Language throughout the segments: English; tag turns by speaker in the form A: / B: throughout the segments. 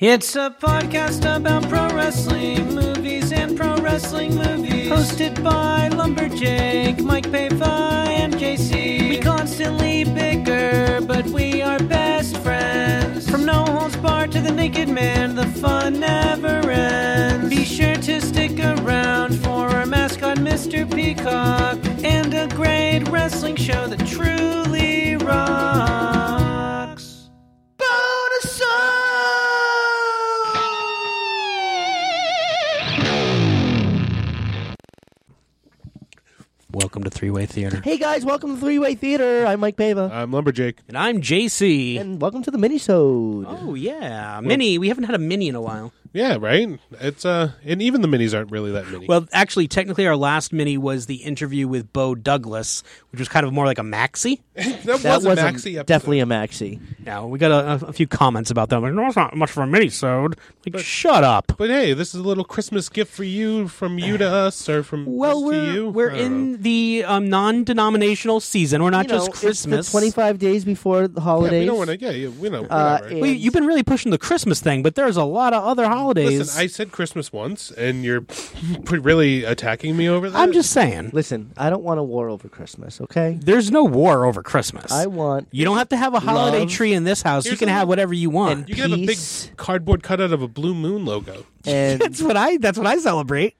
A: It's a podcast about pro wrestling movies and pro wrestling movies. Hosted by Lumberjake, Mike Pava, and JC. We constantly bicker, but we are best friends. From No Holds Bar to The Naked Man, the fun never ends. Be sure to stick around for our mascot, Mr. Peacock, and a great wrestling show that truly rocks. Bonus!
B: Welcome to Three Way Theater.
C: Hey guys, welcome to Three Way Theater. I'm Mike Pava,
D: I'm Lumberjake.
B: And I'm JC.
C: and welcome to the minisode.
B: oh, yeah. Mini. We haven't had a mini in a while.
D: Yeah, right. It's uh, and even the minis aren't really that mini.
B: Well, actually, technically, our last mini was the interview with Bo Douglas, which was kind of more like a maxi.
D: that,
C: that
D: was a
C: was
D: maxi episode.
C: definitely a maxi.
B: Now, we got a, a, a few comments about that. Like, no, it's not much for a mini sode. Like, shut up.
D: But hey, this is a little Christmas gift for you, from you to us, or from
B: well,
D: us to
B: we're,
D: you.
B: we're
D: I don't
B: in
D: know.
B: the um, non denominational season. We're not
C: You know,
B: just
C: it's
B: Christmas.
C: the 25 days before the
D: Yeah,
C: holidays.
D: we don't want to. Yeah, yeah, we know.
C: Uh,
D: whatever.
C: it-
B: Well, you- you've been really pushing the Christmas thing, but there's a lot of other holidays.
D: Listen, I said Christmas once, and you're pretty really attacking me over that.
B: I'm just saying.
C: Listen, I don't want a war over Christmas, okay?
B: There's no war over Christmas.
C: I want
B: You don't have to have a holiday
C: Love.
B: tree in this house. You
D: Here's
B: can
D: a-
B: have whatever you want.
D: You can have a big
C: peace.
D: cardboard cutout of a blue moon logo.
C: and
B: That's what I. That's what I celebrate.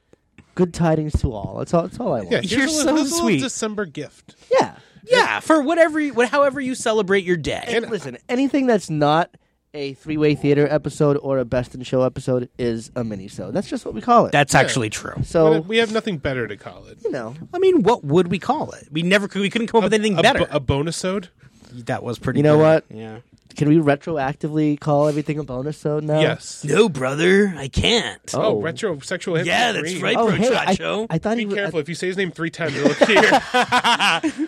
C: good tidings to all. That's all that's all I want.
D: Yeah,
B: You're
D: here's a,
B: so
D: little, here's a little
B: sweet.
D: December gift.
C: Yeah.
B: Yeah, for whatever, you- what- however you celebrate your day.
C: And listen, anything that's not a three-way theater episode or a best in show episode is a minisode. That's just what we call it.
B: That's actually true.
C: so,
D: we have nothing better to call it.
C: you know,
B: I mean, what would we call it? We never could. We couldn't come up with anything
D: a,
B: better.
D: bo- a bonusode.
B: that was pretty.
C: You know
B: good.
C: what?
B: Yeah.
C: can we retroactively call everything a bonusode now?
D: Yes.
B: No, brother, I can't.
D: Oh,
C: Oh.
D: retrosexual. Anthony
B: yeah, that's
D: Green.
B: right,
C: Oh, uh,
B: bro.
C: hey, I,
B: Chacho.
C: I thought
D: Be
C: he was,
D: careful. if you say his name three times, it'll appear.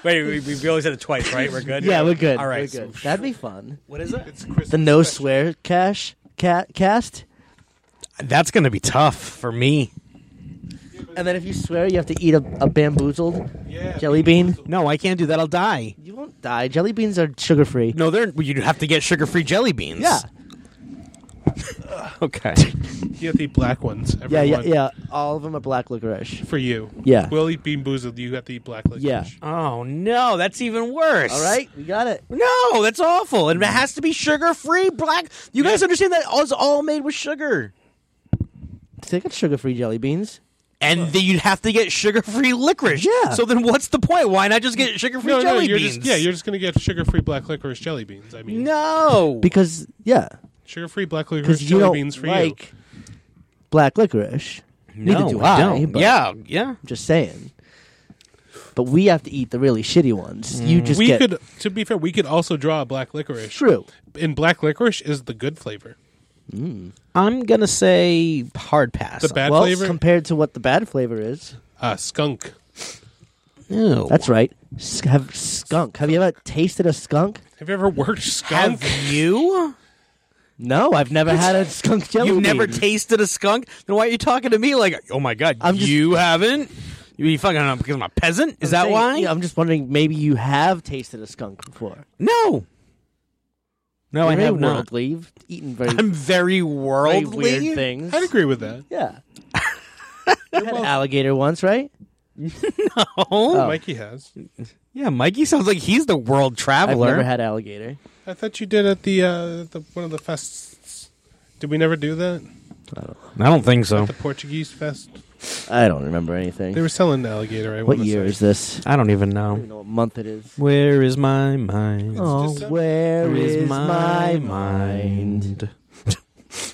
B: Wait, we, we, we only said it twice, right? We're good.
C: Yeah, we're good.
B: All right,
C: we're
B: so-
C: good. That'd be fun.
B: What is it?
D: it's Christmas.
C: The no swear cash ca- cast,
B: That's going to be tough for me.
C: and then if you swear, you have to eat a, a bamboozled
D: Yeah.
C: jelly bean.
B: No, I can't do that. I'll die.
C: You won't die. Jelly beans are sugar free.
B: No, they're you'd have to get sugar-free jelly beans.
C: Yeah,
B: Okay.
D: You have the black ones.
C: yeah,
D: Everyone.
C: yeah, yeah. All of them are black licorice.
D: For you.
C: Yeah.
D: We'll eat bean boozled. You got the black licorice.
C: Yeah.
B: Oh no, that's even worse.
C: All right, we got it.
B: No, that's awful. And it has to be sugar free black. You guys
D: Yeah.
B: understand that it's all made with sugar.
C: They got sugar free jelly beans.
B: And then you'd have to get sugar free licorice.
C: Yeah.
B: So then what's the point? Why not just get sugar free
D: No, no,
B: jelly
D: you're
B: beans?
D: just yeah, you're just gonna get sugar-free black licorice jelly beans. I mean,
B: no.
C: Because yeah,
D: sugar-free black licorice
C: because you
D: jelly
C: don't
D: beans for you.
C: like black licorice. Neither do I. but
B: yeah, yeah.
C: I'm just saying. But we have to eat the really shitty ones. You just
D: Mm. We
C: get
D: could, to be fair, we could also draw a black licorice.
C: true.
D: And black licorice is the good flavor.
B: I'm gonna say hard pass.
D: The bad
C: well,
D: flavor,
C: compared to what the bad flavor is.
D: uh, skunk.
B: no.
C: That's right. S- have skunk. Have you ever tasted a skunk?
D: Have you ever worked skunk?
B: have you?
C: No, I've never had a skunk jelly.
B: You've never
C: bean.
B: tasted a skunk? Then why are you talking to me like, oh my god,
C: I'm just-
B: you haven't? You fucking uh, because I'm a peasant? Is that
C: I'm saying-
B: why?
C: yeah, I'm just wondering. Maybe you have tasted a skunk before.
B: No. No,
C: You're
B: I
C: very
B: have not.
C: worldly. You've eaten very,
B: I'm very
C: very
B: worldly.
C: weird things.
D: I'd agree with that.
C: Yeah. you had an alligator once, right?
B: Oh,
D: Mikey has.
B: yeah. Mikey sounds like he's the world
C: I've
B: traveler.
C: never had alligator.
D: I thought you did at the uh, the one of the fests. Did we never do that?
B: I don't think so.
D: The Portuguese fest.
C: I don't remember
D: They
C: anything.
D: were selling alligator. I
C: What
D: wanna
C: year
D: say.
C: is this?
B: I don't even
C: I don't
B: know.
C: even know what month it is.
B: Where is my mind?
C: Oh,
D: December.
C: where
B: Where
C: is my mind?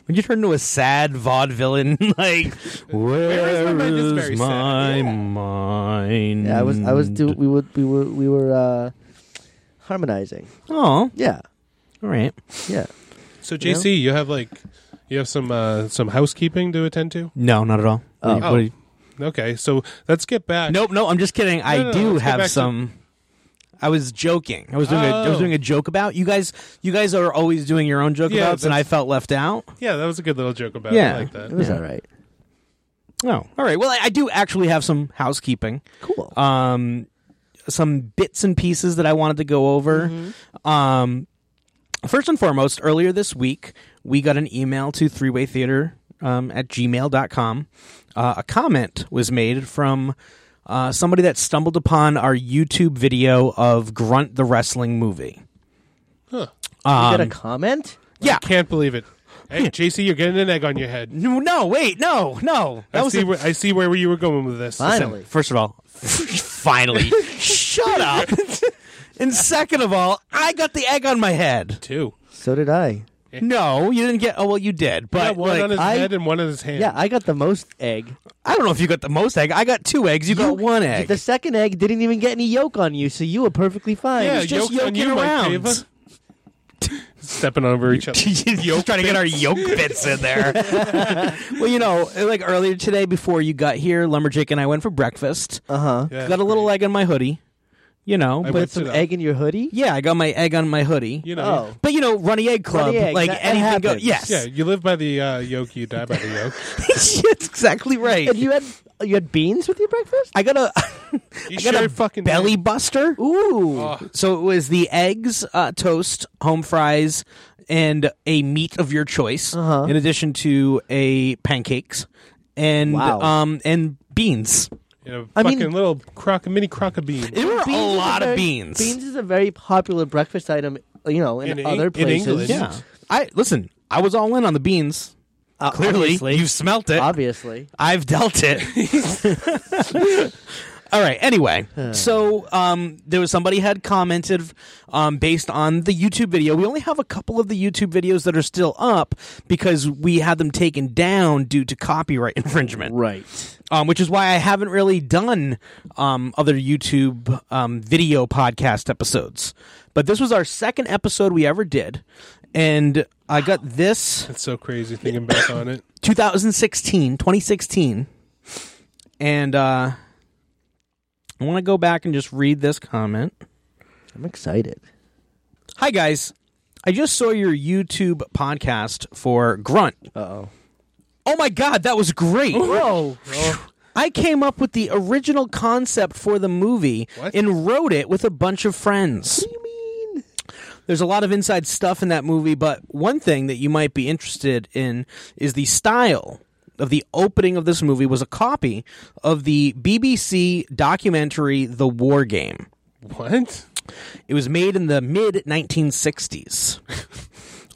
B: When you turn into a sad vaudevillain, like
D: is my
B: where
D: mind? It's very
B: is
D: sad.
B: my
C: Yeah.
B: mind?
C: Yeah, I was I
B: Mm.
C: was do we would we were we were uh harmonizing.
B: Oh, all
C: Yeah.
B: right.
C: Yeah.
D: So
C: You know?
D: JC, you have like you have some uh, some housekeeping to attend to.
B: No, not at all.
C: Oh.
B: What do you-
D: Okay, so let's get back.
B: Nope, no, I'm just kidding. I
D: no, let's
B: do
D: go back
B: have
D: to-
B: some. I was joking. I was doing. A, I was
D: Oh.
B: doing a joke about you guys. You guys are always doing your own joke
D: Yeah,
B: abouts, and I
D: that's-
B: felt left out.
D: Yeah, that was a good little joke about it.
B: Yeah.
D: I like
C: It
D: that.
C: was all right.
B: Oh, all right. Well, I, I do actually have some housekeeping.
C: Cool.
B: um, some bits and pieces that I wanted to go over. Um, first and foremost, earlier this week, we got an email to threewaytheater um, at gmail.com. Uh, a comment was made from uh, somebody that stumbled upon our YouTube video of Grunt the Wrestling movie. Um,
C: you got a comment?
B: Yeah.
D: Can't believe it. Hey, JC, you're getting an egg on your head.
B: No, no, wait, no, no. That
D: I
B: was
D: see,
B: a-
D: where, I see where you were going with this.
C: Finally.
B: First of all, finally, shut up. and second of all, I got the egg on my head.
D: Two.
C: So did I.
B: No, you didn't get. Oh well, you did, but
D: Yeah, one
B: like,
D: on his
C: I-
D: head and one on his hand.
C: Yeah, I got the most egg.
B: I don't know if you got the most egg. I got two eggs. You, got Oh, one egg.
C: The second egg didn't even get any yolk on you, so you were perfectly fine.
D: yeah,
B: was just
D: yolk on
B: yoking
D: you, Mike
B: around.
D: Cava. Stepping over each other.
B: You're trying to get our yolk bits in there. well, you know, like earlier today, before you got here, Lumberjack and I went for breakfast.
C: Uh huh.
D: Yeah,
B: got a little egg on my hoodie. You know,
D: I
B: but
D: went-
C: Some
D: Sit up.
C: egg in your hoodie?
B: yeah, I got my egg on my hoodie.
D: You know.
C: Oh.
B: But you know, Runny Egg Club,
C: Runny Egg,
B: like
C: that- that
B: anything goes.
C: happens.
B: Yes,
D: Yeah, you live by the uh, yolk, you die by the yolk.
B: that's exactly right.
C: And you had you had beans with your breakfast?
B: I got a,
D: You
B: I got
D: sure
B: a
D: fucking
B: belly
D: did.
B: buster.
C: Ooh.
B: So it was the eggs, uh, toast, home fries, and a meat of your choice,
C: Uh-huh.
B: in addition to a pancakes and
C: Wow.
B: um and beans.
D: You know,
C: I mean-
D: fucking little croc, mini croc of bean.
B: There were
C: Beans
B: a
C: is
B: lot of
C: very-
B: beans.
C: Beans is a very popular breakfast item, you know, in,
D: In Eng-
C: other
D: in
C: places.
D: England.
B: Yeah, I listen. I was all in on the beans.
C: Uh,
B: Clearly,
C: obviously.
B: you've smelt it.
C: obviously.
B: I've dealt it. All right. Anyway, so um, there was somebody had commented um, based on the YouTube video. We only have a couple of the YouTube videos that are still up because we had them taken down due to copyright infringement,
C: Right.
B: um, which is why I haven't really done um, other YouTube um, video podcast episodes. But this was our second episode we ever did, and I got this.
D: That's so crazy thinking back on it.
B: 2016, 2016. And uh, I want to go back and just read this comment.
C: I'm excited.
B: Hi, guys. I just saw your YouTube podcast for Grunt.
C: Uh-oh.
B: Oh my God, that was great.
C: Whoa.
B: I came up with the original concept for the movie
D: What?
B: and wrote it with a bunch of friends.
C: you mean?
B: There's a lot of inside stuff in that movie, but one thing that you might be interested in is the style of the opening of this movie was a copy of the BBC documentary The War Game.
D: What?
B: It was made in the mid 1960s.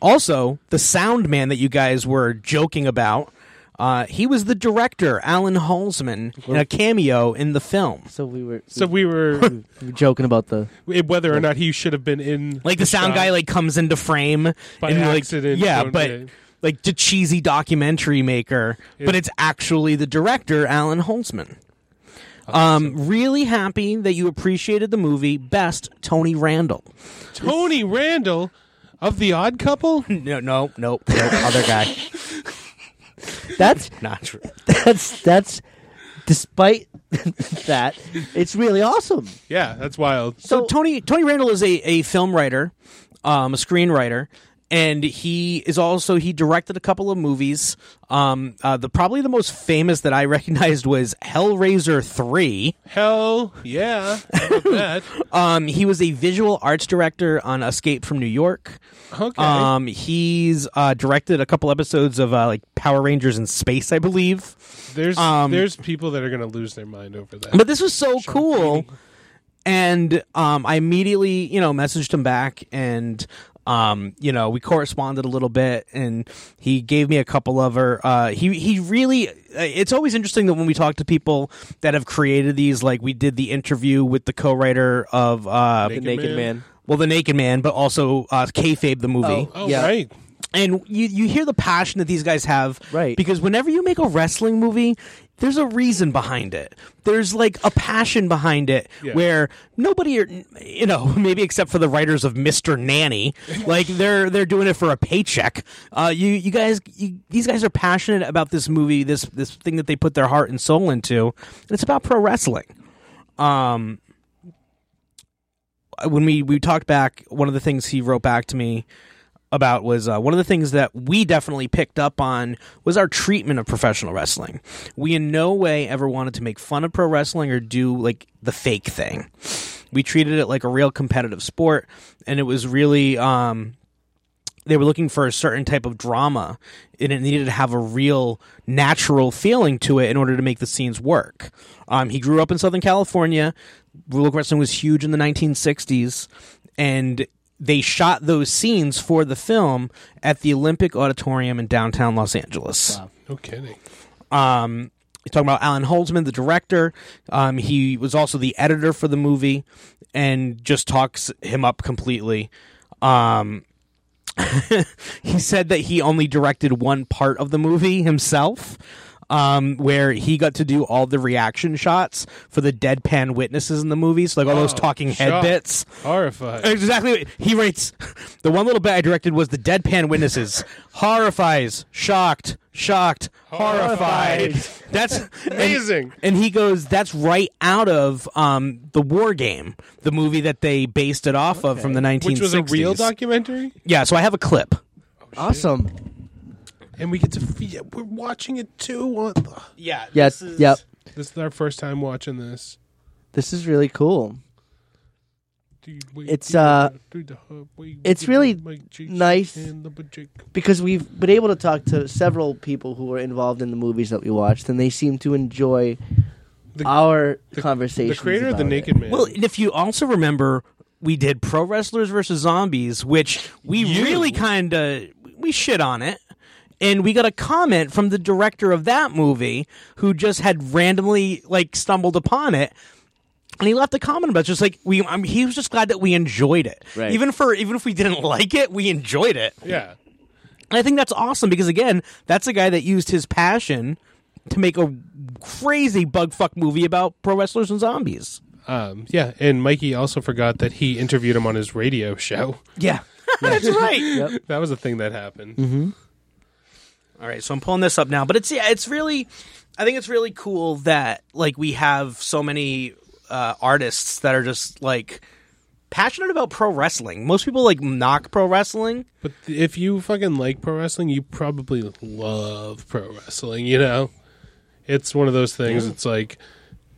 B: also, the sound man that you guys were joking about, uh, he was the director, Alan Halsman, in a cameo in the film.
C: So we were
D: So we were
C: we were joking about the
D: whether or not he should have been in
B: like the
D: shot.
B: sound guy like comes into frame
D: By
B: and like
D: accident,
B: yeah
D: don't
B: but
D: they?
B: like the cheesy documentary maker but it's actually the director alan holtzman um, really happy that you appreciated the movie. Best Tony Randall.
D: Tony Randall of the Odd Couple.
B: No, no, no, no other guy.
C: That's
B: Not true.
C: that's that's despite that, it's really awesome.
D: Yeah, that's wild.
B: So Tony Tony Randall is a, a film writer, um, a screenwriter, and he is also he directed a couple of movies. Um, uh, the probably the most famous that I recognized was Hellraiser three.
D: Hell yeah, how about that.
B: Um, he was a visual arts director on Escape from New York.
D: Okay,
B: Um, he's uh, directed a couple episodes of uh, like Power Rangers in Space, I believe.
D: there's
B: um,
D: there's people that are gonna lose their mind over that.
B: But this was so cool, and um, I immediately you know messaged him back, and um, you know we corresponded a little bit, and he gave me a couple of her. Uh, he he really. uh, It's always interesting that when we talk to people that have created these, like we did the interview with the co-writer of uh,
D: Naked Naked Man. Man.
B: Well, the Naked Man, but also uh, Kayfabe the movie,
C: Oh.
D: oh
C: yeah.
D: right,
B: and you you hear the passion that these guys have,
C: Right.
B: Because whenever you make a wrestling movie, there's a reason behind it. There's like a passion behind it,
D: Yeah.
B: where nobody, are, you know, maybe except for the writers of Mister Nanny, like they're they're doing it for a paycheck. Uh, you you guys, you, these guys are passionate about this movie, this this thing that they put their heart and soul into, and it's about pro wrestling. Um, when we we talked back, one of the things he wrote back to me about was uh, one of the things that we definitely picked up on was our treatment of professional wrestling. We in no way ever wanted to make fun of pro wrestling or do like the fake thing. We treated it like a real competitive sport, and it was really um, they were looking for a certain type of drama and it needed to have a real natural feeling to it in order to make the scenes work um, he grew up in southern california rural wrestling was huge in the 1960s and they shot those scenes for the film at the olympic auditorium in downtown los angeles
D: No kidding.
B: um, you're talking about Alan Holdsman, the director. Um, he was also the editor for the movie, and just talks him up completely. Um, he said that he only directed one part of the movie himself. Um, where he got to do all the reaction shots for the deadpan witnesses in the movie, so like all those talking head
D: Oh, shocked.
B: bits.
D: Horrified.
B: Exactly. what- He writes the one little bit I directed was the deadpan witnesses horrifies, shocked, shocked, horrified.
D: Horrified.
B: That's
D: Amazing.
B: And, and he goes, that's right out of um, the War Game, the movie that they based it off of from the 1960s.
D: Which was a real documentary,
B: Yeah. So I have a clip.
C: Awesome.
D: and we get to fe- yeah, we're watching it too. What the-
B: Yeah.
C: Yes. Yep.
D: This is our first time watching this.
C: This is really cool.
D: Dude, we-
C: It's, uh,
D: dude, the hub, we-
C: it's
D: we-
C: really
D: my cheeks
C: nice.
D: and the bajick.
C: because we've been able to talk to several people who were involved in the movies that we watched, and they seem to enjoy
D: The-
C: our
D: the-
C: conversations.
D: The creator of the
C: about it.
D: Naked Man.
B: Well, and if you also remember, we did Pro Wrestlers versus Zombies, which we really kind of we shit on it. And we got a comment from the director of that movie who just had randomly like stumbled upon it. And he left a comment about it, just like we I mean, he was just glad that we enjoyed it.
C: Right.
B: Even for even if we didn't like it, we enjoyed it.
D: yeah,
B: And I think that's awesome because again, that's a guy that used his passion to make a crazy bug fuck movie about pro wrestlers and zombies.
D: um, yeah, and Mikey also forgot that he interviewed him on his radio show.
B: Yeah. that's right.
D: that was a thing that happened.
B: All right, so I'm pulling this up now, but it's yeah, it's really, I think it's really cool that like we have so many uh, artists that are just like passionate about pro wrestling. Most people like knock pro wrestling.
D: But th- if you fucking like pro wrestling, you probably love pro wrestling, you know? It's one of those things. It's like,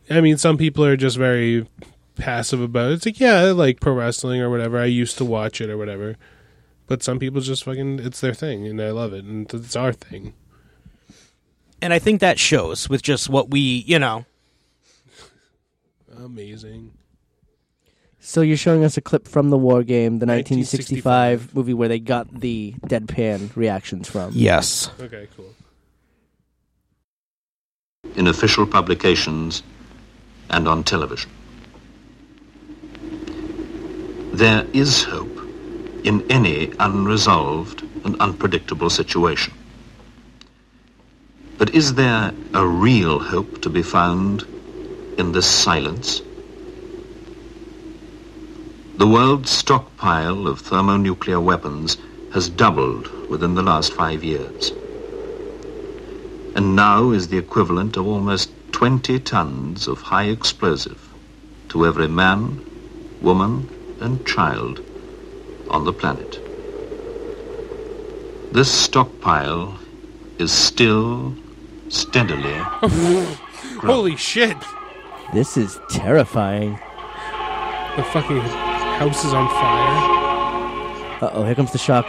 D: I mean, some people are just very passive about it. It's like, yeah, I like pro wrestling or whatever. I used to watch it or whatever. But some people just fucking, it's their thing and I love it and th- it's our thing.
B: And I think that shows with just what we, you know.
D: Amazing.
C: So you're showing us a clip from the War Game, the 1965,
D: 1965
C: movie where they got the deadpan reactions from.
B: Yes.
D: Okay, cool.
E: in official publications and on television. There is hope in any unresolved and unpredictable situation. But is there a real hope to be found in this silence? The world's stockpile of thermonuclear weapons has doubled within the last five years and now is the equivalent of almost 20 tons of high explosive to every man, woman, and child on the planet. This stockpile is still steadily
D: Holy shit!
C: This is terrifying.
D: The fucking house is on fire.
C: Uh oh, here comes the shock.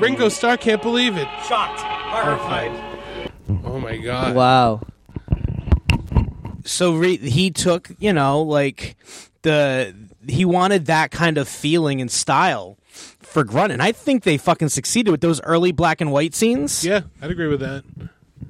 D: Ringo Starr can't believe it.
B: Shocked, horrified.
D: Oh my god.
C: Wow.
B: So re- he took, you know, like the he wanted that kind of feeling and style for Grunt, and I think they fucking succeeded with those early black and white scenes.
D: Yeah, I'd agree with that.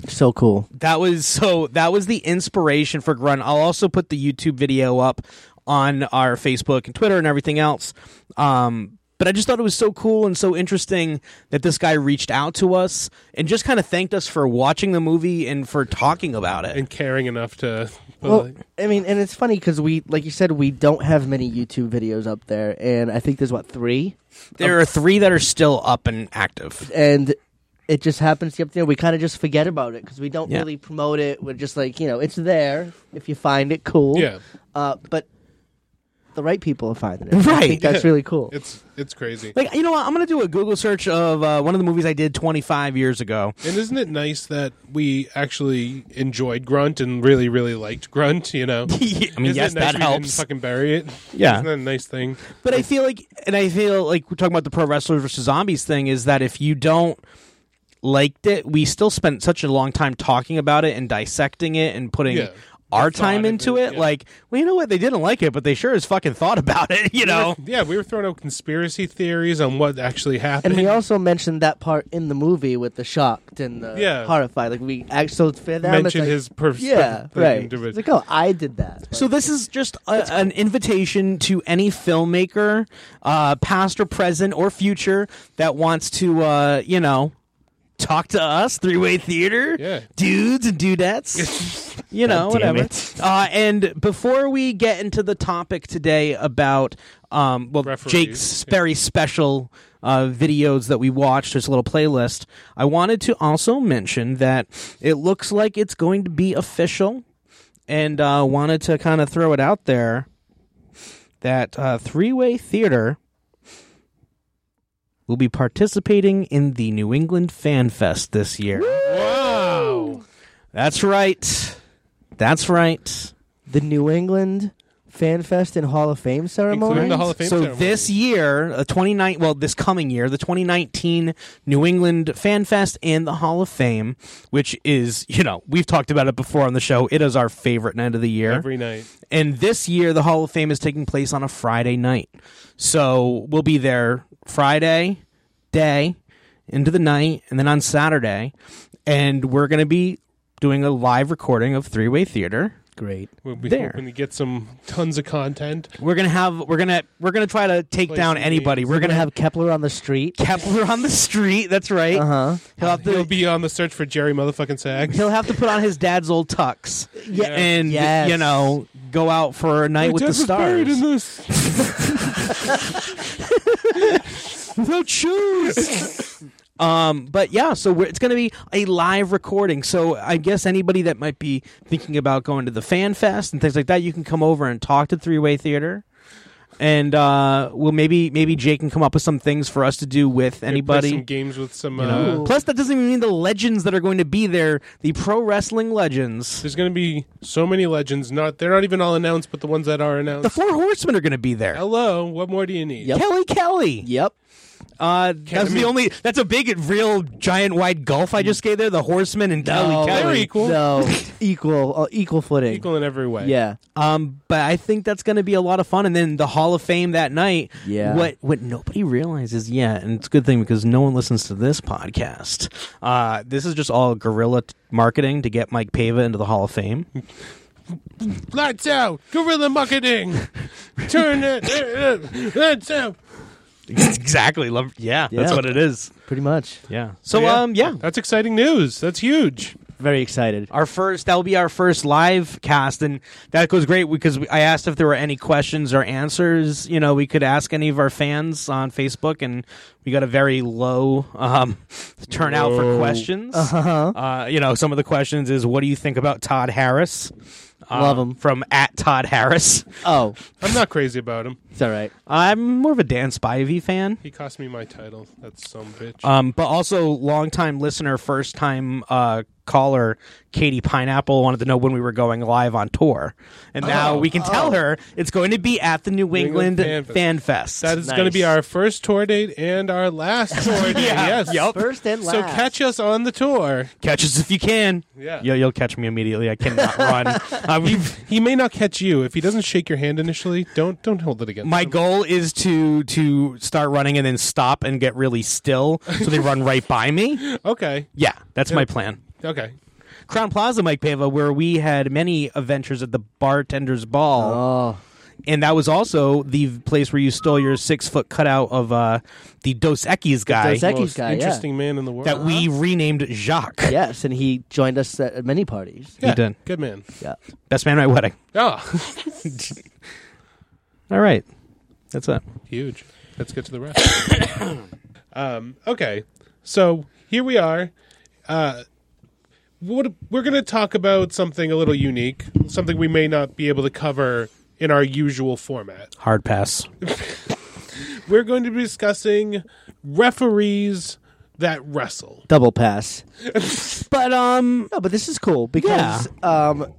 C: So cool.
B: that was so that was the inspiration for grunt i'll also put the youtube video up on our facebook and twitter and everything else um, but i just thought it was so cool and so interesting that this guy reached out to us and just kind of thanked us for watching the movie and for talking about it
D: And caring enough to.
C: Well, I mean, and it's funny because we, like you said, we don't have many YouTube videos up there, and I think there's what three,
B: um, there are three that are still up and active
C: and it just happens to be up there. We kind of just forget about it because we don't
B: Yeah.
C: really promote it. We're just like, you know, it's there. If you find it, cool.
D: Yeah.
C: Uh, but the right people are finding it. I
B: Right.
C: think that's really cool.
D: It's it's crazy.
B: Like you know what? I'm gonna do a Google search of uh, one of the movies I did 25 years ago.
D: And isn't it nice that we actually enjoyed Grunt and really, really liked Grunt? You know,
B: I mean,
D: Isn't
B: yes,
D: it nice
B: that
D: we Didn't
B: helps.
D: fucking bury it.
B: Yeah.
D: isn't that a nice thing?
B: But I feel like, and I feel like we're talking about the pro wrestlers versus zombies thing is that if you don't liked it, we still spent such a long time talking about it and dissecting it and putting
D: Yeah.
B: our
D: The thought
B: time
D: of
B: into
D: it,
B: it.
D: yeah.
B: Like, well, you know what? They didn't like it, but they sure as fucking thought about it. You know?
D: Yeah, we were throwing out conspiracy theories on what actually happened.
C: And we also mentioned that part in the movie with the shocked and the
D: Yeah.
C: horrified. Like we actually so for them, it's
D: mentioned
C: like,
D: his perspective.
C: yeah, right. It's like, oh, I did that.
B: So this is just a, an invitation to any filmmaker, uh, past or present or future, that wants to, uh, you know, talk to us, Three Way Theater,
D: Yeah.
B: dudes and dudettes, you know,
F: God damn
B: whatever.
F: it.
B: Uh, and before we get into the topic today about, um, well,
D: Referees,
B: Jake's very special uh, videos that we watched, his little playlist, I wanted to also mention that it looks like it's going to be official and uh, wanted to kind of throw it out there that uh, Three Way Theater will be participating in the New England Fan Fest this year.
D: wow.
B: That's right. That's right.
C: The New England Fan Fest and Hall of Fame ceremony.
D: Including the Hall of Fame.
B: so
D: ceremony.
B: this year, uh, 29 well this coming year, the 2019 New England Fan Fest and the Hall of Fame, which is, you know, we've talked about it before on the show. It is our favorite night of the year.
D: every night.
B: And this year, the Hall of Fame is taking place on a Friday night. So we'll be there Friday, day, into the night, and then on Saturday. And we're going to be doing a live recording of Three Way Theater.
C: Great.
D: We'll be
B: There.
D: hoping to get some tons of content.
B: We're going to have, we're going to, we're going to try to take
D: Play
B: down
D: some
B: anybody.
D: games.
B: We're
C: We're
B: going to
C: gonna
B: have
C: have Kepler on the street.
B: Kepler on the street. That's right.
C: Uh huh.
B: He'll have
D: He'll
B: to,
D: be on the search for Jerry motherfucking Sag.
B: he'll have to put on his dad's old tux.
C: Yeah.
B: And,
C: Yes.
B: you know, go out for a night with the stars. without shoes. um, but yeah, so we're, it's going to be a live recording. So I guess anybody that might be thinking about going to the fan fest and things like that, you can come over and talk to Three Way Theater. And uh, well, maybe maybe Jake can come up with some things for us to do with anybody.
D: Some games with some.
B: You know?
D: Uh,
B: Plus, that doesn't even mean the legends that are going to be there, the pro wrestling legends.
D: there's going to be so many legends. Not they're not even all announced, but the ones that are announced.
B: The Four Horsemen are going to be there.
D: Hello, what more do you need?
C: Yep.
B: Kelly Kelly.
C: Yep.
B: Uh, that's the only. That's a big, real, giant, wide gulf I just gave there. The Horsemen and Kelly Kelly.
D: They're equal.
C: No. equal. Uh, equal footing.
D: Equal in every way.
C: Yeah.
B: Um, but I think that's going to be a lot of fun. And then the Hall of Fame that night.
C: Yeah.
B: What what nobody realizes yet, and it's a good thing because no one listens to this podcast. Uh, this is just all guerrilla t- marketing to get Mike Pava into the Hall of Fame.
D: Lights out, guerrilla marketing. Turn it. uh, Lights out.
B: exactly. Love. Yeah, That's
C: Yeah.
B: what it is.
C: Pretty much.
B: Yeah. So
D: Yeah.
B: um yeah.
D: That's exciting news. That's huge.
C: Very excited.
B: Our first, that will be our first live cast, and that goes great because we, I asked if there were any questions or answers. You know, we could ask any of our fans on Facebook, and we got a very low um, turnout for
D: Low.
B: questions.
C: Uh-huh.
B: Uh, you know, some of the questions is, "What do you think about Todd Harris?" Um,
C: Love him.
B: from at Todd Harris.
C: Oh,
D: I'm not crazy about him.
C: it's all right.
B: I'm more of a Dan Spivey fan.
D: He cost me my title. That's some bitch.
B: Um, but also, longtime listener, first time uh, caller, Katie Pineapple wanted to know when we were going live on tour, and now we can tell her it's going to be at the New England,
D: England
B: Fan
D: Fan
B: Fest.
D: that is going to be
C: nice.
D: our first tour date and our last tour date. Yes.
C: First and last.
D: So catch us on the tour.
B: catch us if you can.
D: Yeah.
B: Yo, you'll catch me immediately. I cannot run. I mean,
D: He may not catch you if he doesn't shake your hand initially. Don't don't hold it against
B: my
D: him.
B: goal is to to start running and then stop and get really still so they run right by me.
D: Okay.
B: Yeah, that's my plan.
D: Okay.
B: Crown Plaza, Mike Pava, where we had many adventures at the bartender's ball.
C: Oh,
B: and that was also the place where you stole your six foot cutout of uh, the Dos Equis Uh-huh. guy
C: Dos Equis- Becky's
D: Most
C: guy, yeah.
D: interesting man in the world.
B: that we renamed Jacques.
C: yes, and he joined us at many parties.
B: He did.
D: Good man.
C: Yeah.
B: Best man at my wedding.
D: Oh,
B: All right. That's it.
D: huge. Let's get to the rest. um, okay. So here we are. Uh, what we're going to talk about something a little unique, something we may not be able to cover in our usual format.
B: Hard pass.
D: We're going to be discussing referees that wrestle.
C: Double pass.
B: But um,
C: No, but this is cool because um,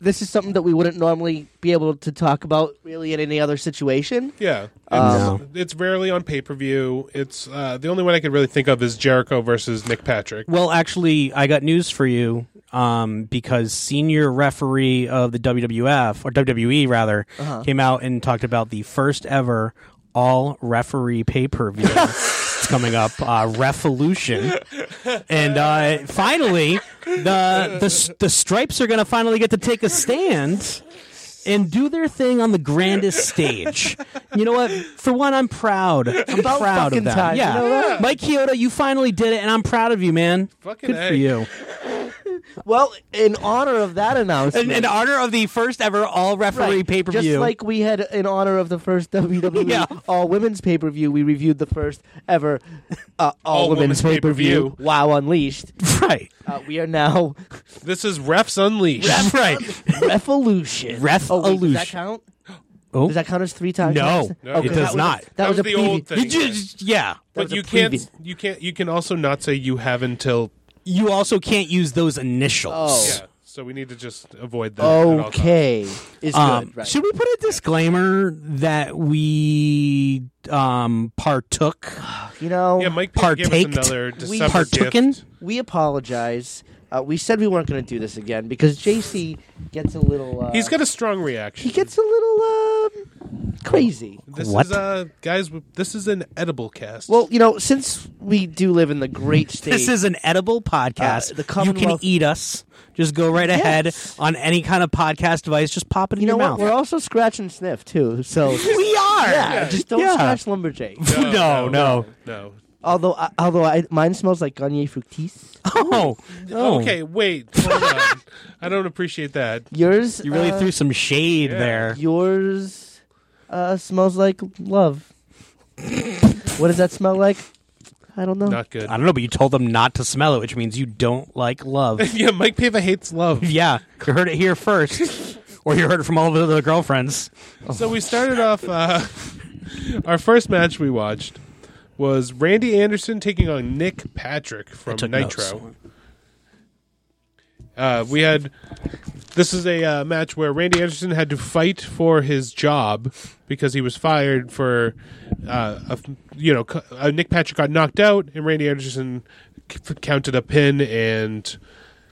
C: this is something that we wouldn't normally be able to talk about really in any other situation.
D: Yeah, it's, it's rarely on pay per view. It's uh, the only one I could really think of is Jericho versus Nick Patrick.
B: well, actually, I got news for you. Um, because senior referee of the WWF or WWE rather
C: Uh-huh.
B: came out and talked about the first ever all referee pay per view. it's coming up, uh, Revolution, and uh, finally the the s- the stripes are going to finally get to take a stand. And do their thing on the grandest stage. You know what? For one, I'm proud. I'm
C: About
B: proud
C: fucking
B: of them.
C: time, you
B: yeah,
C: know that?
B: Mike Kyoto, you finally did it, and I'm proud of you, man.
D: Fucking
B: Good
D: A.
B: for you.
C: Well, in honor of that announcement,
B: In, in honor of the first ever all referee
C: Right.
B: pay per
C: Just
B: view.
C: like we had in honor of the first WWE
B: Yeah.
C: All Women's pay per view, we reviewed the first ever uh, All,
D: All Women's
C: Women's pay per view.
D: pay-per-view.
C: Wow, Unleashed.
B: right.
C: Uh, we are now
D: This is Refs Unleashed.
B: That's right.
C: Revolution.
B: Ref-
C: Oh, wait, does that
B: Illusion.
C: count?
B: Oh.
C: Does that count as three times?
B: No. No,
D: it
C: that
B: does
C: was a-
B: not.
C: that, was,
D: the
C: a preview.
D: old thing.
B: You just- yeah.
C: was
D: but
C: a
D: you can't.
C: preview.
D: You can't. You can also not say you have until.
B: You also can't use those initials.
C: Oh.
D: Yeah. So we need to just avoid that. at all times.
C: Okay. Is
B: Um,
C: good. Right.
B: Should we put a disclaimer that we um, partook?
C: you know,
D: Yeah, Mike Pitt gave us
B: Partaked.
D: another
C: We-
D: December
B: Partooken?
D: gift.
C: we apologize. Uh, we said we weren't going to do this again because JC gets a little. Uh,
D: He's got a strong reaction.
C: he gets a little um, crazy.
D: this
B: What?
D: is uh guys. w- This is an edible cast.
C: Well, you know, since we do live in the great state,
B: This is an edible podcast.
C: Uh, the
B: you can
C: Commonwealth-
B: eat us. Just go right ahead
C: Yes.
B: on any kind of podcast device. Just pop it in
C: you know
B: your
C: what?
B: mouth.
C: We're also scratch and sniff too. So
B: We are.
C: yeah, just don't
B: Yeah.
C: scratch lumberjack.
B: No, no.
D: no.
C: although, I although I, mine smells like Garnier Fructis.
B: Oh, oh.
D: Okay, wait. Hold on. I don't appreciate that.
C: Yours,
B: You really
C: uh,
B: threw some shade
D: yeah.
B: there.
C: yours uh, smells like love. what does that smell like? I don't know.
D: Not good.
B: I don't know, but you told them not to smell it, which means you don't like love.
D: yeah, Mike Pava hates love.
B: yeah, you heard it here first, or you heard it from all the other girlfriends.
D: So we started off. Uh, our first match we watched was Randy Anderson taking on Nick Patrick from
B: took
D: Nitro. Uh, we had this is a uh, match where Randy Anderson had to fight for his job because he was fired for uh, a, you know c- uh, Nick Patrick got knocked out and Randy Anderson c- counted a pin and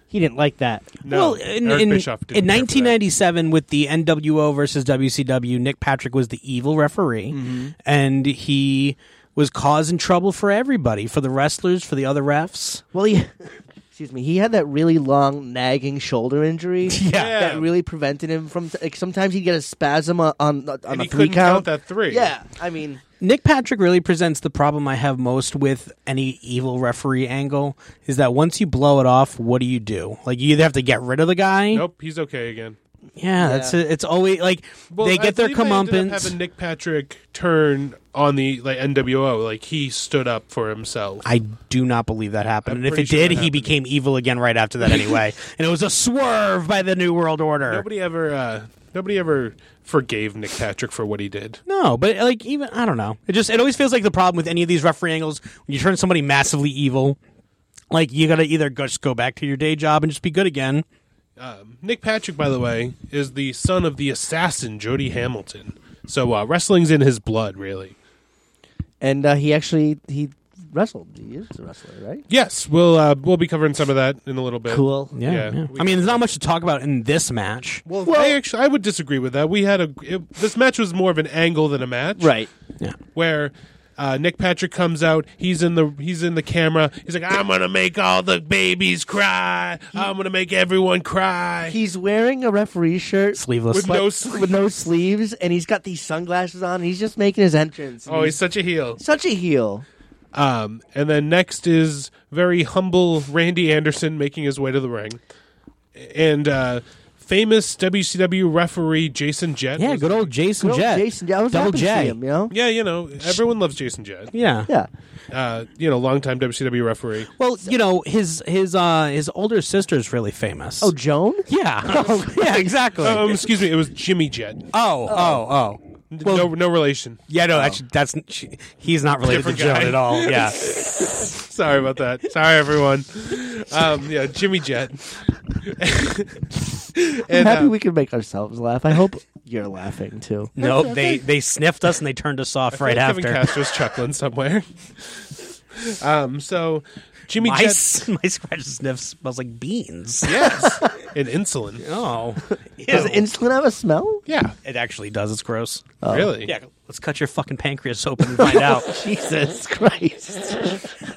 C: He didn't like that.
D: no,
B: well, in,
D: Eric
B: in, in
D: Bischoff didn't care for that.
B: 1997, with the NWO versus WCW, Nick Patrick was the evil referee,
D: Mm-hmm.
B: and he was causing trouble for everybody, for the wrestlers, for the other refs.
C: Well, he, excuse me, he had that really long nagging shoulder injury.
D: Yeah.
C: that really prevented him from. Like, sometimes he'd get a spasm on on, on
D: and
C: a
D: he
C: three
D: couldn't count
C: count.
D: that three.
C: Yeah, I mean,
B: Nick Patrick really presents the problem I have most with any evil referee angle is that once you blow it off, what do you do? Like you either have to get rid of the guy.
D: Nope, he's okay again.
B: Yeah, that's it. it's always like they
D: I
B: get their
D: believe they ended up
B: comeuppance.
D: Having Nick Patrick turn on the like NWO, like he stood up for himself.
B: I do not believe that happened.
D: I'm
B: and if
D: pretty
B: it
D: sure
B: did,
D: that
B: he
D: happened.
B: became evil again right after that anyway. and it was a swerve by the New World Order.
D: nobody ever, uh, nobody ever forgave Nick Patrick for what he did.
B: no, but like even I don't know. It just it always feels like the problem with any of these referee angles when you turn somebody massively evil, like you got to either just go back to your day job and just be good again.
D: Um, Nick Patrick, by the way, is the son of the assassin Jody Hamilton. So uh, wrestling's in his blood, really.
C: and uh, he actually he wrestled. He is a wrestler, right?
D: Yes, we'll uh, we'll be covering some of that in a little bit.
C: Cool.
B: Yeah,
D: Yeah,
B: yeah.
D: we-
B: I mean, there's not much to talk about in this match.
D: Well, I actually I would disagree with that. We had a it, this match was more of an angle than a match,
C: Right.
B: Yeah.
D: where uh, Nick Patrick comes out. He's in the he's in the camera. He's like, "I'm gonna make all the babies cry. I'm gonna make everyone cry."
C: He's wearing a referee shirt
B: Sleeveless.
D: with no sleep.
C: with no sleeves, and he's got these sunglasses on. And he's just making his entrance.
D: Oh, he's such a heel.
C: such a heel.
D: Um, and then next is very humble Randy Anderson making his way to the ring, and uh, famous WCW referee Jason Jett.
B: Yeah,
D: was-
B: good old Jason
C: Good old
B: Jet.
C: Jason, I was
B: Double
C: happy to see
B: J.
C: him, you know?
D: Yeah, you know, everyone loves Jason Jett.
B: Yeah.
C: Yeah.
D: Uh, you know, longtime WCW referee.
B: Well, you know, his his uh his older sister's really famous.
C: Oh, Joan?
B: yeah. yeah, exactly.
C: Oh.
D: Um, excuse me, it was Jimmy Jett.
B: oh, oh, oh.
D: no, no relation.
B: Yeah, no,
C: Oh.
B: that's that's she, he's not related
D: Different
B: to Joan
D: guy.
B: at all. Yeah.
D: Sorry about that. Sorry, everyone. Um, yeah, Jimmy Jett.
C: I'm
D: and,
C: happy
D: uh,
C: we can make ourselves laugh. I hope you're laughing too.
B: no, they they sniffed us and they turned us off right
D: Kevin
B: after.
D: Castro's chuckling somewhere. Um, so Jimmy
B: My
D: Jett,
B: s- my scratch sniff smells like beans.
D: yes, and insulin.
B: Oh, Ew.
C: Does insulin have a smell?
D: Yeah,
B: it actually does. It's gross.
C: Oh.
D: really.
B: Yeah, let's cut your fucking pancreas open and find out.
C: Jesus Christ.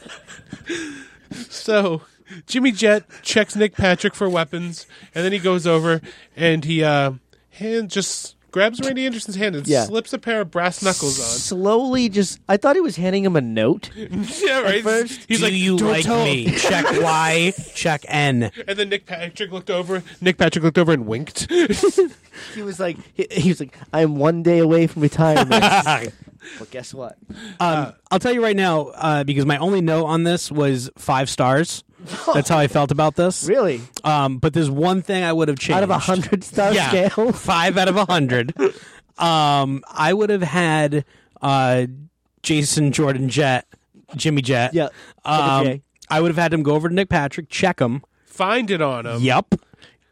D: So Jimmy Jett checks Nick Patrick for weapons, and then he goes over and he uh, hand just grabs Randy Anderson's hand and
C: Yeah.
D: slips a pair of brass knuckles
C: Slowly just I thought he was handing him a note.
D: on. yeah, right.
C: first,
D: He's
B: Do
D: like,
B: you
D: "Don't
B: like
D: tell
B: me? Check Y, check N.
D: And then Nick Patrick looked over. Nick Patrick looked over and winked.
C: He was like he, he was like, I'm one day away from retirement. but guess what? Uh,
B: Um, I'll tell you right now, uh, because my only note on this was five stars. That's how I felt about this.
C: Really?
B: Um, but there's one thing I would have changed.
C: Out of a hundred star
B: yeah,
C: scale?
B: five out of a hundred. um, I would have had uh, Jason Jordan Jet, Jimmy Jet.
C: Yeah.
B: Um,
C: Okay.
B: I would have had him go over to Nick Patrick, check him.
D: Find it on him.
B: Yep.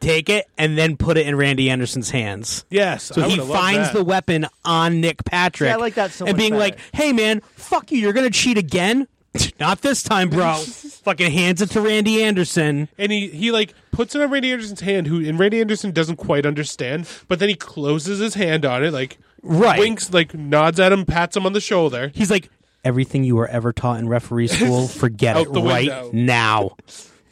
B: Take it and then put it in Randy Anderson's hands.
D: Yes.
B: So
D: I
B: he
D: would've loved
B: finds
D: that.
B: the weapon on Nick Patrick.
C: Yeah, I like that so much
B: And being
C: better.
B: like, hey, man, fuck you. You're going to cheat again? Not this time, bro. Fucking hands it to Randy Anderson.
D: and he he like puts it on Randy Anderson's hand, who and Randy Anderson doesn't quite understand, but then he closes his hand on it, like
B: Right.
D: winks, like nods at him, pats him on the shoulder.
B: He's like, everything you were ever taught in referee school, forget
D: Out
B: it
D: the
B: right
D: window."
B: now.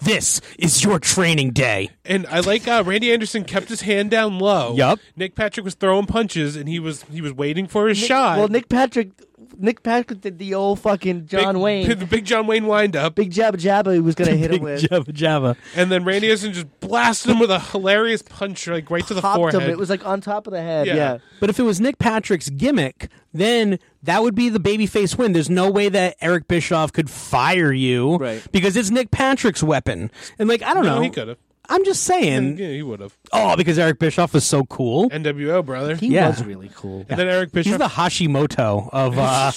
B: This is your training day.
D: And I like uh, Randy Anderson kept his hand down low.
B: Yup.
D: Nick Patrick was throwing punches, and he was he was waiting for his
C: Nick-
D: shot.
C: Well, Nick Patrick, Nick Patrick did the old fucking John
D: big,
C: Wayne,
D: the big John Wayne wind up,
C: big jabba jabba. He was gonna hit him with.
B: Java Java.
D: and then Randy Anderson just blasted him with a hilarious punch, like right to the
C: Popped
D: forehead.
C: him. It was like on top of the head.
D: Yeah.
C: Yeah.
B: But if it was Nick Patrick's gimmick, then that would be the babyface win. There's no way that Eric Bischoff could fire you
C: Right.
B: because it's Nick Patrick's weapon. And like I don't
D: No,
B: know,
D: he could've.
B: I'm just saying,
D: yeah, he would have
B: oh, because Eric Bischoff is so cool.
D: NWO brother.
C: He
B: Yeah.
C: was really cool.
D: and then Eric Bischoff
B: He's the Hashimoto of uh,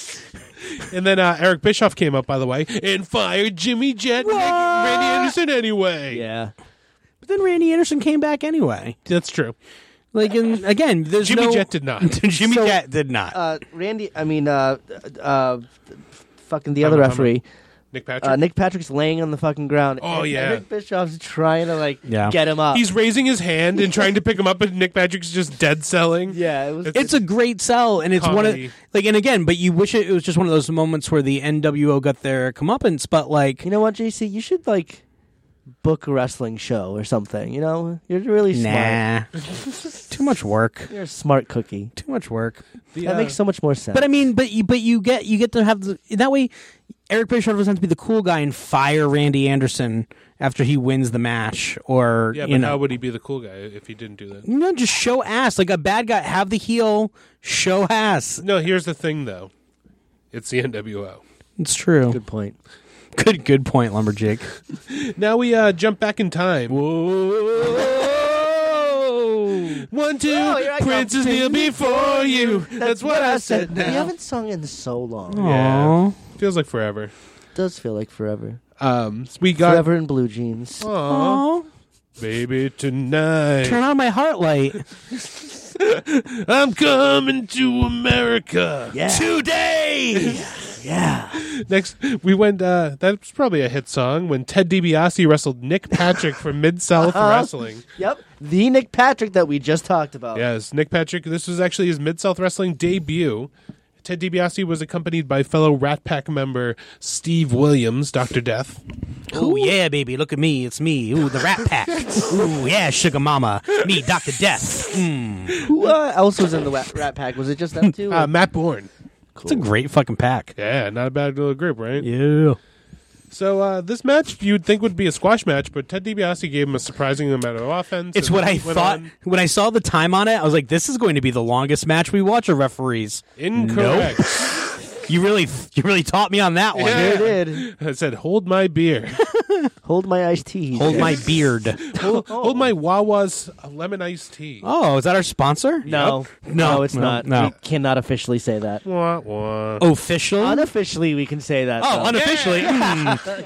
D: And then uh, Eric Bischoff came up, by the way, and fired Jimmy Jett and Nick- Randy Anderson anyway.
C: Yeah.
B: But then Randy Anderson came back anyway.
D: That's true.
B: Like and again, there's
D: Jimmy
B: no Uh,
D: Jett did not.
B: Jimmy
C: So-
B: Jett did not.
C: Uh, Randy, I mean, uh, uh, fucking the other
D: I'm- I'm-
C: referee,
D: Nick Patrick.
C: uh, Nick Patrick's laying on the fucking ground.
D: Oh,
C: and
D: yeah.
C: Eric Bischoff's trying to like
B: Yeah.
C: get him up.
D: He's raising his hand and trying to pick him up, and Nick Patrick's just dead selling.
C: yeah, it was.
B: it's a great sell, and it's one
D: Comedy.
B: of like, and again, but you wish it, it was just one of those moments where the NWO got their comeuppance, but like,
C: you know what, JC, you should like book a wrestling show or something. You know, you're really smart.
B: nah, too much work.
C: You're a smart cookie.
B: too much work.
D: The,
C: That
D: uh,
C: makes so much more sense.
B: But I mean, but you, but you get you get to have the that way. Eric Bischoff doesn't have to be the cool guy and fire Randy Anderson after he wins the match, or
D: yeah, but
B: you know,
D: how would he be the cool guy if he didn't do that?
B: you know, just show ass like a bad guy. Have the heel show ass.
D: No, here's the thing, though. It's the NWO.
B: It's true.
C: good point.
B: Good good point, lumberjack.
D: Now we uh, jump back in time. Whoa. One, two,
C: Oh, here I come.
D: Princess kneel before you. That's what I said
C: We
D: now.
C: haven't sung in so long.
B: Oh.
D: Yeah. Feels like forever.
C: does feel like forever.
D: Um, we got
C: Forever in blue jeans.
D: Aw, baby tonight.
B: Turn on my heart light.
D: I'm coming to America
C: Yeah.
D: today.
C: Yeah.
D: Next, we went. Uh, that's probably a hit song when Ted DiBiase wrestled Nick Patrick for Mid South Wrestling.
C: Yep. The Nick Patrick that we just talked about.
D: Yes, Nick Patrick. This was actually his Mid South Wrestling debut. Ted DiBiase was accompanied by fellow Rat Pack member Steve Williams, Doctor Death.
B: Ooh yeah, baby, look at me, it's me. Ooh, the Rat Pack. Ooh yeah, Sugar Mama, me, Doctor Death.
C: Who uh, else was in the Rat, Rat Pack? Was it just them two?
D: Uh, Matt Bourne.
B: It's a great fucking pack.
D: Yeah, not a bad little group, right?
B: Mm. Yeah.
D: So uh, this match you'd think would be a squash match, but Ted DiBiase gave him a surprising amount of offense.
B: It's
D: and
B: what I
D: went
B: thought
D: on-
B: when I saw the time on it. I was like, "This is going to be the longest match we watch of referees."
D: Incorrect.
B: You really, you really taught me on that one.
D: Yeah.
C: Sure did.
D: I said, "Hold my beer,
C: Hold my iced tea.
B: Hold my beard.
D: hold, hold my Wawa's lemon iced tea."
B: Oh, is that our sponsor?
C: No.
B: No,
C: it's
B: no,
C: not.
B: no.
C: We cannot officially say that.
D: Wah, wah.
B: Oh, Official.
C: Unofficially, we can say that.
B: oh,
C: though.
B: unofficially.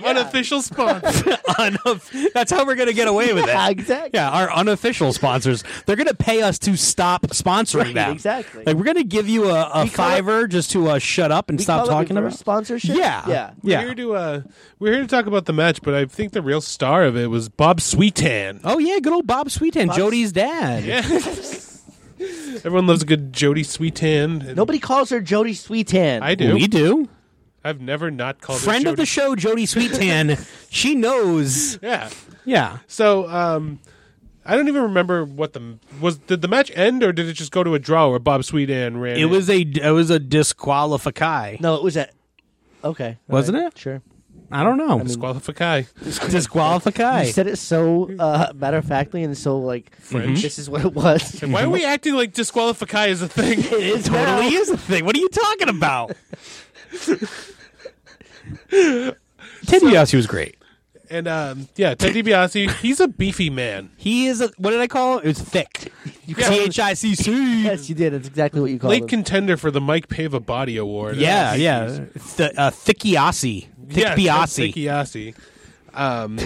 D: Unofficial sponsor.
B: Mm, unof- that's how we're gonna get away with
C: Yeah,
B: it.
C: exactly.
B: Yeah, our unofficial sponsors. They're gonna pay us to stop sponsoring
C: Right,
B: them.
C: exactly.
B: Like we're gonna give you a, a
C: We call it-
B: fiver just to uh, shut up and
C: We call
B: stop
C: it
B: talking
C: reverse
B: about.
C: sponsorship.
B: Yeah.
C: yeah.
B: Yeah.
D: We're here to uh, we're here to talk about the match, but I think the real star of it was Bob Sweetan.
B: Oh yeah, good old Bob Sweetan, Jody's dad.
D: Everyone loves a good Jody Sweetan. and
C: Nobody calls her Jody Sweetan.
D: I do.
B: We do.
D: I've never not called her
B: Friend of
D: Jody-
B: the show, Jody Sweetan. she knows.
D: Yeah.
B: Yeah.
D: So um, I don't even remember what the was. Did the match end or did it just go to a draw where Bob Sweetan ran?
B: It
D: in?
B: was a it was a disqualify,
C: No, it was at. Okay, all
B: wasn't it?
C: Sure.
B: I don't know.
D: disqualify.
B: disqualify.
C: You said it so uh, matter of factly and so like Mm-hmm.
D: French.
C: This is what it was.
D: Why are we acting like disqualify is a thing?
C: It is now.
B: totally is a thing. What are you talking about? Ted DiBiase was great.
D: And um, yeah, Ted DiBiase, he's a beefy man.
B: He is a what did I call it? It was thick. T H I C C.
C: Yes, you did. That's exactly what you called
D: Late
C: it.
D: contender for the Mike Pava Body Award.
B: Yeah,
D: Uh,
B: yeah. Th- uh, Thickiasi.
D: yeah, Ted
B: Thickiasi.
D: Thickiasi. Um,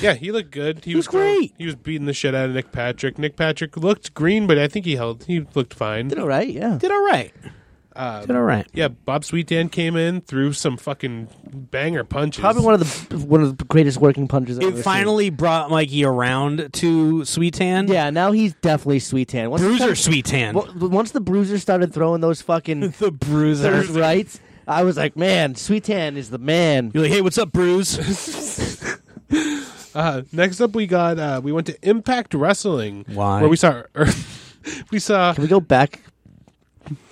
D: yeah, he looked good. He was,
B: great.
D: throwing- He was beating the shit out of Nick Patrick. Nick Patrick looked green, but I think he held. He looked fine.
C: Did all right. Yeah.
B: Did all right. Did all right.
D: Yeah, Bob Sweetan came in, threw some fucking banger punches.
C: Probably one of the one of the greatest working punches. I've ever
B: It
C: seen.
B: finally brought Mikey around to Sweetan.
C: Yeah. Now he's definitely Sweetan. Once he
B: Bruiser
C: started-
B: Sweetan.
C: w- Once the Bruiser started throwing those fucking
B: The Bruiser.
C: third rights, I was like, man, Sweetan is the man.
B: You're like, hey, what's up, Bruise?
D: Uh, next up, we got uh, we went to Impact Wrestling.
B: Why?
D: Where we saw we saw
C: Can we go back?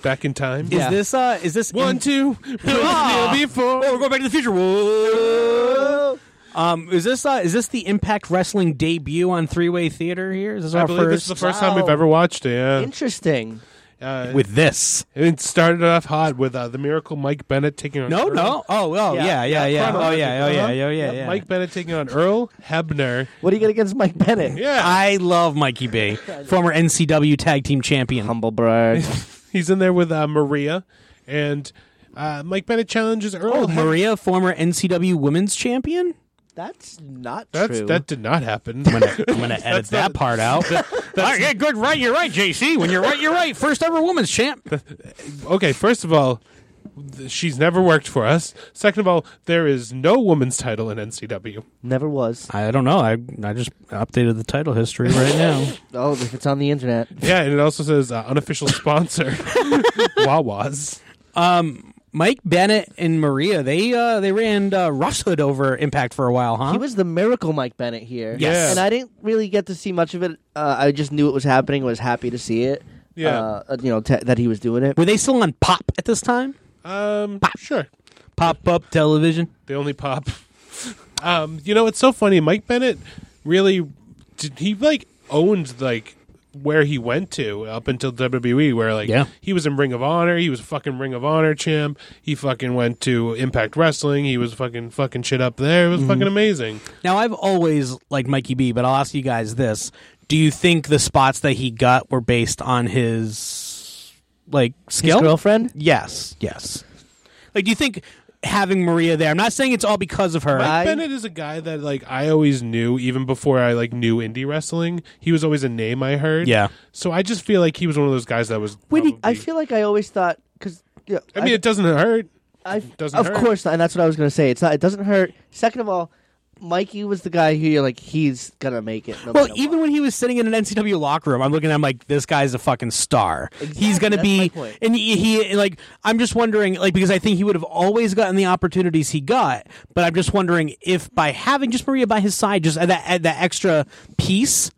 D: back in time.
C: Yeah.
B: Is this uh? Is this
D: One, two,
B: Ah.
D: before.
B: Oh, we're going back to the future. Whoa. Um, is this uh, is this the Impact Wrestling debut on Three Way Theater? Here is this
D: I
B: our
D: believe
B: first
D: this is the first time we've
C: Wow.
D: ever watched it. Yeah.
C: Interesting.
D: Uh,
B: with this?
D: it started off hot with uh, the Miracle Mike Bennett taking on
B: No,
D: Earl.
B: no. Oh, oh,
C: Yeah.
B: yeah, yeah, yeah. Oh,
D: Chronologically,
B: yeah, oh, yeah,
D: uh-huh.
B: oh, yeah, yeah,
D: Yep,
B: yeah.
D: Mike Bennett taking on Earl Hebner.
C: What do you get against Mike Bennett?
D: Yeah,
B: I love Mikey B, former NCW Tag Team Champion.
C: Humble brag.
D: he's in there with uh, Maria, and uh, Mike Bennett challenges Earl.
B: Oh,
D: Hebner.
B: Maria, former NCW Women's Champion.
C: That's not
D: That's
C: true.
D: that did not happen.
B: I'm gonna, I'm gonna edit that part out. Alright, yeah, good, right? You're right, JC. When you're right, you're right. First ever women's champ.
D: okay, first of all, th- she's never worked for us. Second of all, there is no woman's title in NCW.
C: Never was.
B: I don't know. I I just updated the title history right now.
C: Oh, if it's on the internet.
D: Yeah, and it also says uh, unofficial sponsor Wawa's.
B: Mike Bennett and Maria, they uh, they ran uh, Roughhood over Impact for a while, huh?
C: He was the miracle Mike Bennett here.
D: Yes.
C: And I didn't really get to see much of it. Uh, I just knew it was happening. Was happy to see it.
D: Yeah.
C: Uh, you know, te- that he was doing it.
B: Were they still on Pop at this time?
D: Um, sure,
B: Pop up television.
D: they only pop. Um, you know, it's so funny. Mike Bennett really did. He like owned like where he went to up until WWE, where like
B: Yeah.
D: he was in Ring of Honor, he was a fucking Ring of Honor champ. He fucking went to Impact Wrestling. He was fucking fucking shit up there. It was fucking amazing.
B: Now I've always liked Mikey B, but I'll ask you guys this: Do you think the spots that he got were based on his like
C: His
B: skill?
C: girlfriend.
B: yes, yes. Like, do you think having Maria there? I'm not saying it's all because of her.
C: I-
D: Bennett is a guy that like I always knew even before I like knew indie wrestling. He was always a name I heard.
B: Yeah.
D: So I just feel like he was one of those guys that was.
C: When he, I
D: probably-
C: feel like I always thought because. Yeah,
D: I mean, it doesn't hurt.
C: I,
D: doesn't
C: of
D: hurt.
C: course, not, and that's what I was going to say. It's not. It doesn't hurt. Second of all, Mikey was the guy who you're like, he's gonna make it. no
B: Well,
C: matter
B: even
C: what.
B: when he was sitting in an NCW locker room, I'm looking at him like, this guy's a fucking star. He's going to
C: that's
B: be.
C: my point.
B: And he, he, like, I'm just wondering, like, because I think he would have always gotten the opportunities he got, but I'm just wondering if by having just Maria by his side, just that, that extra piece.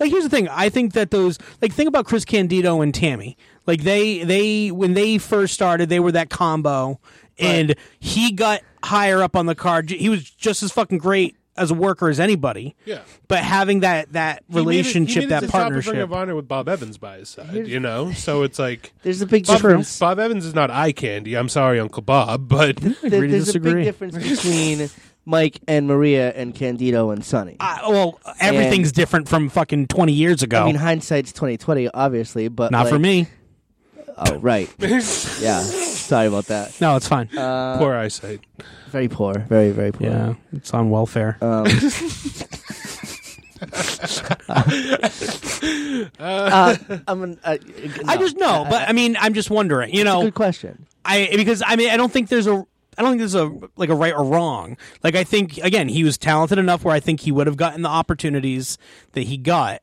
B: Like, here's the thing. I think that those, like, think about Chris Candido and Tammy. Like they they when they first started, they were that combo, and he got higher up on the card. He was just as fucking great as a worker as anybody.
D: Yeah.
B: But having that that
D: He made it- he
B: relationship,
D: made it
B: that
D: to top of Ring
B: partnership.
D: of Honor with Bob Evans by his side, you know. So it's like
C: There's a big
D: Bob,
C: difference.
D: Bob Evans is not eye candy. I'm sorry, Uncle Bob, but
C: There-
B: Agree to
C: there's a
B: disagree.
C: big difference between Mike and Maria and Candido and Sonny. I,
B: I, Uh, well, everything's different from fucking twenty years ago.
C: mean, hindsight's twenty twenty, obviously, but
B: Not for
C: like-
B: me.
C: Oh, right. yeah. Sorry about that.
B: No, it's fine.
C: Uh,
D: poor eyesight.
C: Very poor. Very very poor.
B: yeah, it's on welfare.
C: Uh, I'm an, uh,
B: I just know, but I mean, I'm just wondering. You know,
C: good question.
B: I because I mean I don't think there's a I don't think there's a like a right or wrong. Like I think again he was talented enough where I think he would have gotten the opportunities that he got.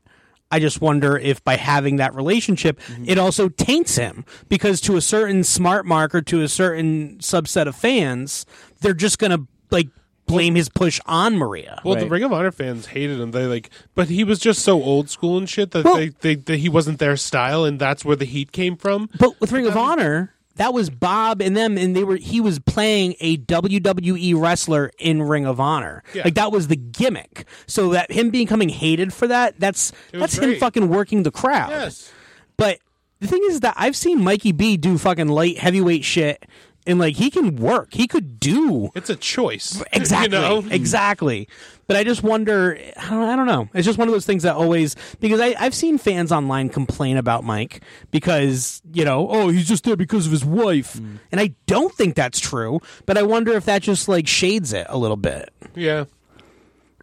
B: I just wonder if by having that relationship it also taints him because to a certain smart mark or to a certain subset of fans they're just going to like blame his push on Maria.
D: Well, the
C: Right.
D: Ring of Honor fans hated him. They like, but he was just so old school and shit that they, they, that he wasn't their style, and that's where the heat came from.
B: But with Ring
D: E
B: of Honor, that was Bob and them, and they were he was playing a WWE wrestler in Ring of Honor.
D: Yeah.
B: Like that was the gimmick. So that him becoming hated for that, that's
D: was
B: that's him
D: great.
B: fucking working the crowd.
D: Yes,
B: But the thing is that I've seen Mikey B do fucking light heavyweight shit, and like he can work. He could do
D: it's a choice.
B: Exactly.
D: You know? Mm.
B: Exactly. But I just wonder. I don't, I don't know. It's just one of those things that always because I, I've seen fans online complain about Mike because you know oh he's just there because of his wife,
D: Mm.
B: and I don't think that's true. But I wonder if that just like shades it a little bit.
D: Yeah,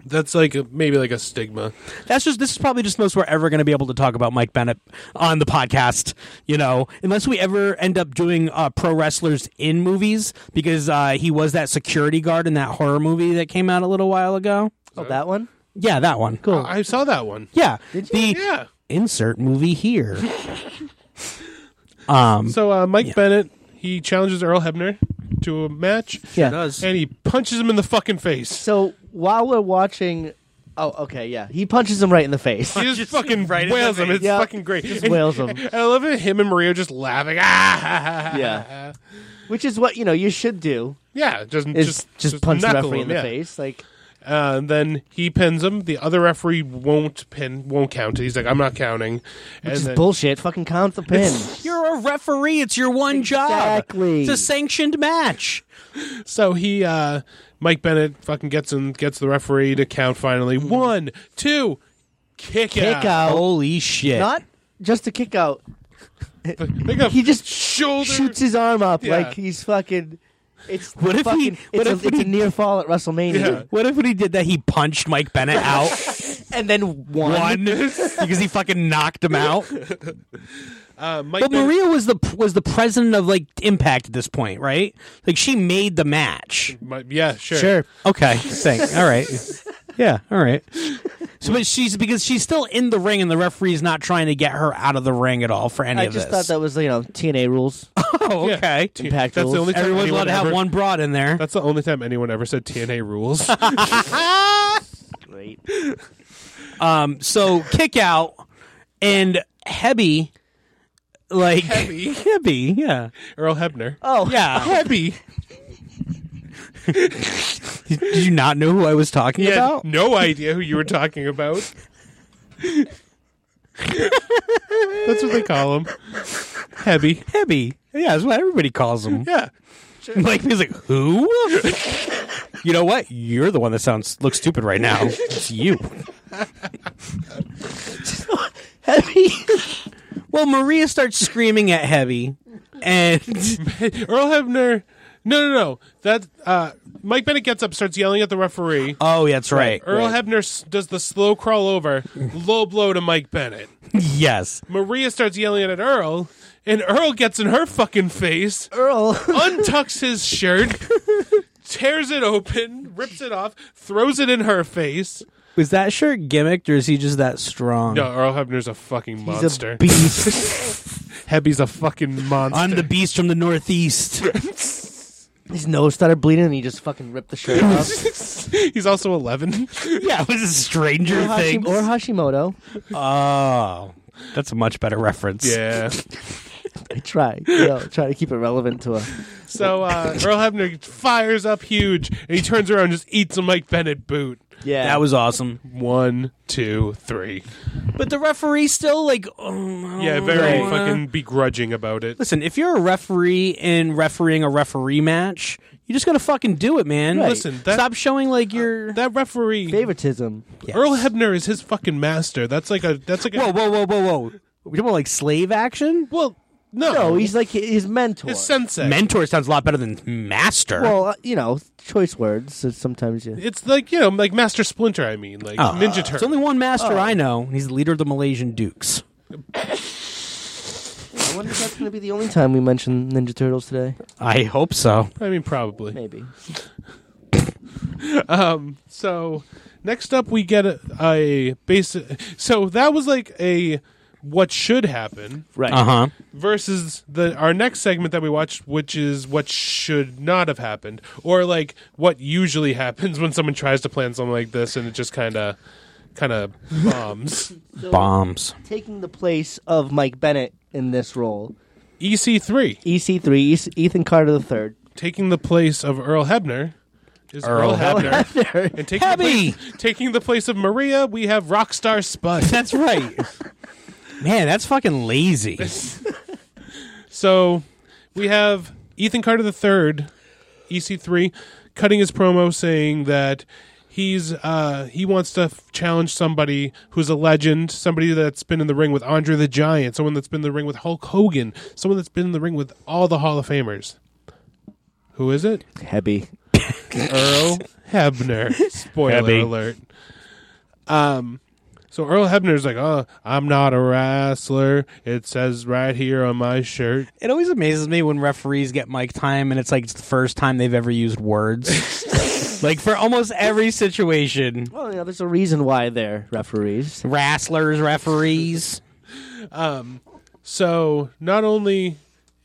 D: that's like a, maybe like a stigma.
B: That's just this is probably just the most we're ever going to be able to talk about Mike Bennett on the podcast, you know, unless we ever end up doing uh, pro wrestlers in movies because uh, he was that security guard in that horror movie that came out a little while ago.
C: Oh, that one.
B: Yeah, that one. Cool.
D: I saw that one.
B: Yeah. The
D: Yeah.
B: insert movie here. Um,
D: So uh, Mike Bennett he challenges Earl Hebner to a match,
C: Yeah.
D: and he punches him in the fucking face.
C: So while we're watching, oh, okay, yeah, he punches him right in the face.
D: He just, fucking wails him. It's
C: Yeah.
D: fucking great.
C: Just
D: And-
C: wails him.
D: And I love it. Him and Maria just laughing. Ah,
C: Yeah. Which is what you know you should do
D: yeah. Just
C: is
D: just,
C: just, punch the
D: knuckle
C: referee in
D: him,
C: the
D: yeah.
C: face. Like
D: Uh, and then he pins him. The other referee won't pin, won't count. He's like, I'm not counting. And
C: just
D: then-
C: bullshit. Fucking count the pin.
B: You're a referee. It's your one job.
C: Exactly.
B: It's a sanctioned match.
D: so he, uh, Mike Bennett, fucking gets him, gets the referee to count. Finally,
B: Hmm.
D: one, two, kick,
C: Kick
B: Oh.
C: out.
B: Holy shit.
C: Not just a kick out.
D: Like a
C: He just
D: shoulder.
C: Shoots his arm up
D: Yeah.
C: like he's fucking. It's
B: What if he-
C: fucking,
B: what
C: it's, a,
B: if
C: it's
B: he-
C: a near fall at WrestleMania,
B: what if when he did that, he punched Mike Bennett out
C: and then one.
B: one because he fucking knocked him out?
D: Uh, Mike
B: But
D: Bennett-
B: Maria was the was the president of like Impact at this point, right? Like she made the match.
D: Mi- yeah, sure.
B: Okay. Thanks. All right. Yeah. All right. So, but she's because she's still in the ring, and the referee's not trying to get her out of the ring at all for any
C: I
B: of
C: just
B: this.
C: thought that was you know TNA rules.
B: Oh,
D: Yeah.
B: okay.
D: T-
C: Impact
D: That's the
C: rules.
D: only time
B: Everyone's allowed
D: anyone
B: to have
D: ever-
B: one broad in there.
D: That's the only time anyone ever said TNA rules.
C: Right.
B: Um, so kick out and Hebby, like Hebby, yeah,
D: Earl Hebner.
B: Uh,
C: Oh
B: yeah.
D: Hebby.
B: Did you not know who I was talking
D: He had
B: about?
D: no idea who you were talking about. That's what they call him. Hebby.
B: Hebby, yeah, that's what everybody calls him.
D: Yeah.
B: Like he's like who? you know what? You're the one that sounds looks stupid right now. It's you.
C: heavy.
B: Well, Maria starts screaming at Heavy, and
D: Earl Hebner. No, no, no. That uh, Mike Bennett gets up, starts yelling at the referee.
B: oh, that's right.
D: Earl Hebner s- does the slow crawl over, low blow to Mike Bennett.
B: Yes,
D: Maria starts yelling at Earl, and Earl gets in her fucking face,
C: Earl.
D: untucks his shirt, tears it open, rips it off, throws it in her face.
B: was that shirt gimmicked or is he just that strong?
D: No, Earl Hebner's a fucking
C: He's
D: monster.
C: a beast.
D: Hebby's a fucking monster.
B: I'm the beast from the northeast.
C: His nose started bleeding, and he just fucking ripped the shirt off.
D: He's also 11.
B: yeah, it was a Stranger
C: Or Hashi-
B: Things.
C: or Hashimoto.
B: Oh, that's a much better reference.
D: Yeah.
C: I try, you know, try to keep it relevant to her.
D: So uh, Earl Hebner fires up huge, and he turns around and just eats a Mike Bennett boot.
C: Yeah,
B: That was awesome.
D: One, two, three.
B: But the referee still like, um, I don't
D: Yeah, very
B: wanna-
D: fucking begrudging about it.
B: Listen, if you're a referee and refereeing a referee match, you just gotta fucking do it, man.
C: Right.
D: Listen, that- uh,
B: stop showing like you're.
D: That referee,
C: favoritism.
D: Earl Hebner, is his fucking master. That's like a. That's like a.
B: whoa, whoa, whoa, whoa, whoa. We talking about like slave action?
D: well, no,
C: No, he's like his mentor.
D: his sensei.
B: Mentor sounds a lot better than master.
C: well, uh, you know, choice words. So sometimes you.
D: it's like you know, like Master Splinter. I mean, like Ninja Oh. Turtle.
B: Ah. There's only one master I know, and he's the leader of the Malaysian Dukes.
C: I wonder if that's going to be the only time we mention Ninja Turtles today.
B: I hope so.
D: I mean, probably. Um,
C: Maybe.
D: So next up, we get a, a basic. So that was like a what should happen
C: Right.
B: Uh huh.
D: versus the our next segment that we watched, which is what should not have happened, or like what usually happens when someone tries to plan something like this and it just kind of kind of bombs.
B: Bombs.
C: Taking the place of Mike Bennett in this role,
D: E EC3
C: EC3, E- Ethan Carter III.
D: taking the place of Earl Hebner is Earl,
B: Earl
D: Hebner. And taking the,
B: Hebby!
D: place, taking the place of Maria, we have Rockstar Spud.
B: That's right. Man, that's fucking lazy.
D: So we have Ethan Carter III, EC3, cutting his promo saying that he's uh, he wants to f- challenge somebody who's a legend, somebody that's been in the ring with Andre the Giant, someone that's been in the ring with Hulk Hogan, someone that's been in the ring with all the Hall of Famers. Who is it?
C: Heavy.
D: Earl Hebner. Spoiler
B: Hebby.
D: alert. Um, so Earl Hebner's like, oh, I'm not a wrestler. It says right here on my shirt.
B: It always amazes me when referees get mic time and it's like it's the first time they've ever used words. like for almost every situation.
C: Well, you know, there's a reason why they're referees.
B: Wrestlers, referees.
D: So not only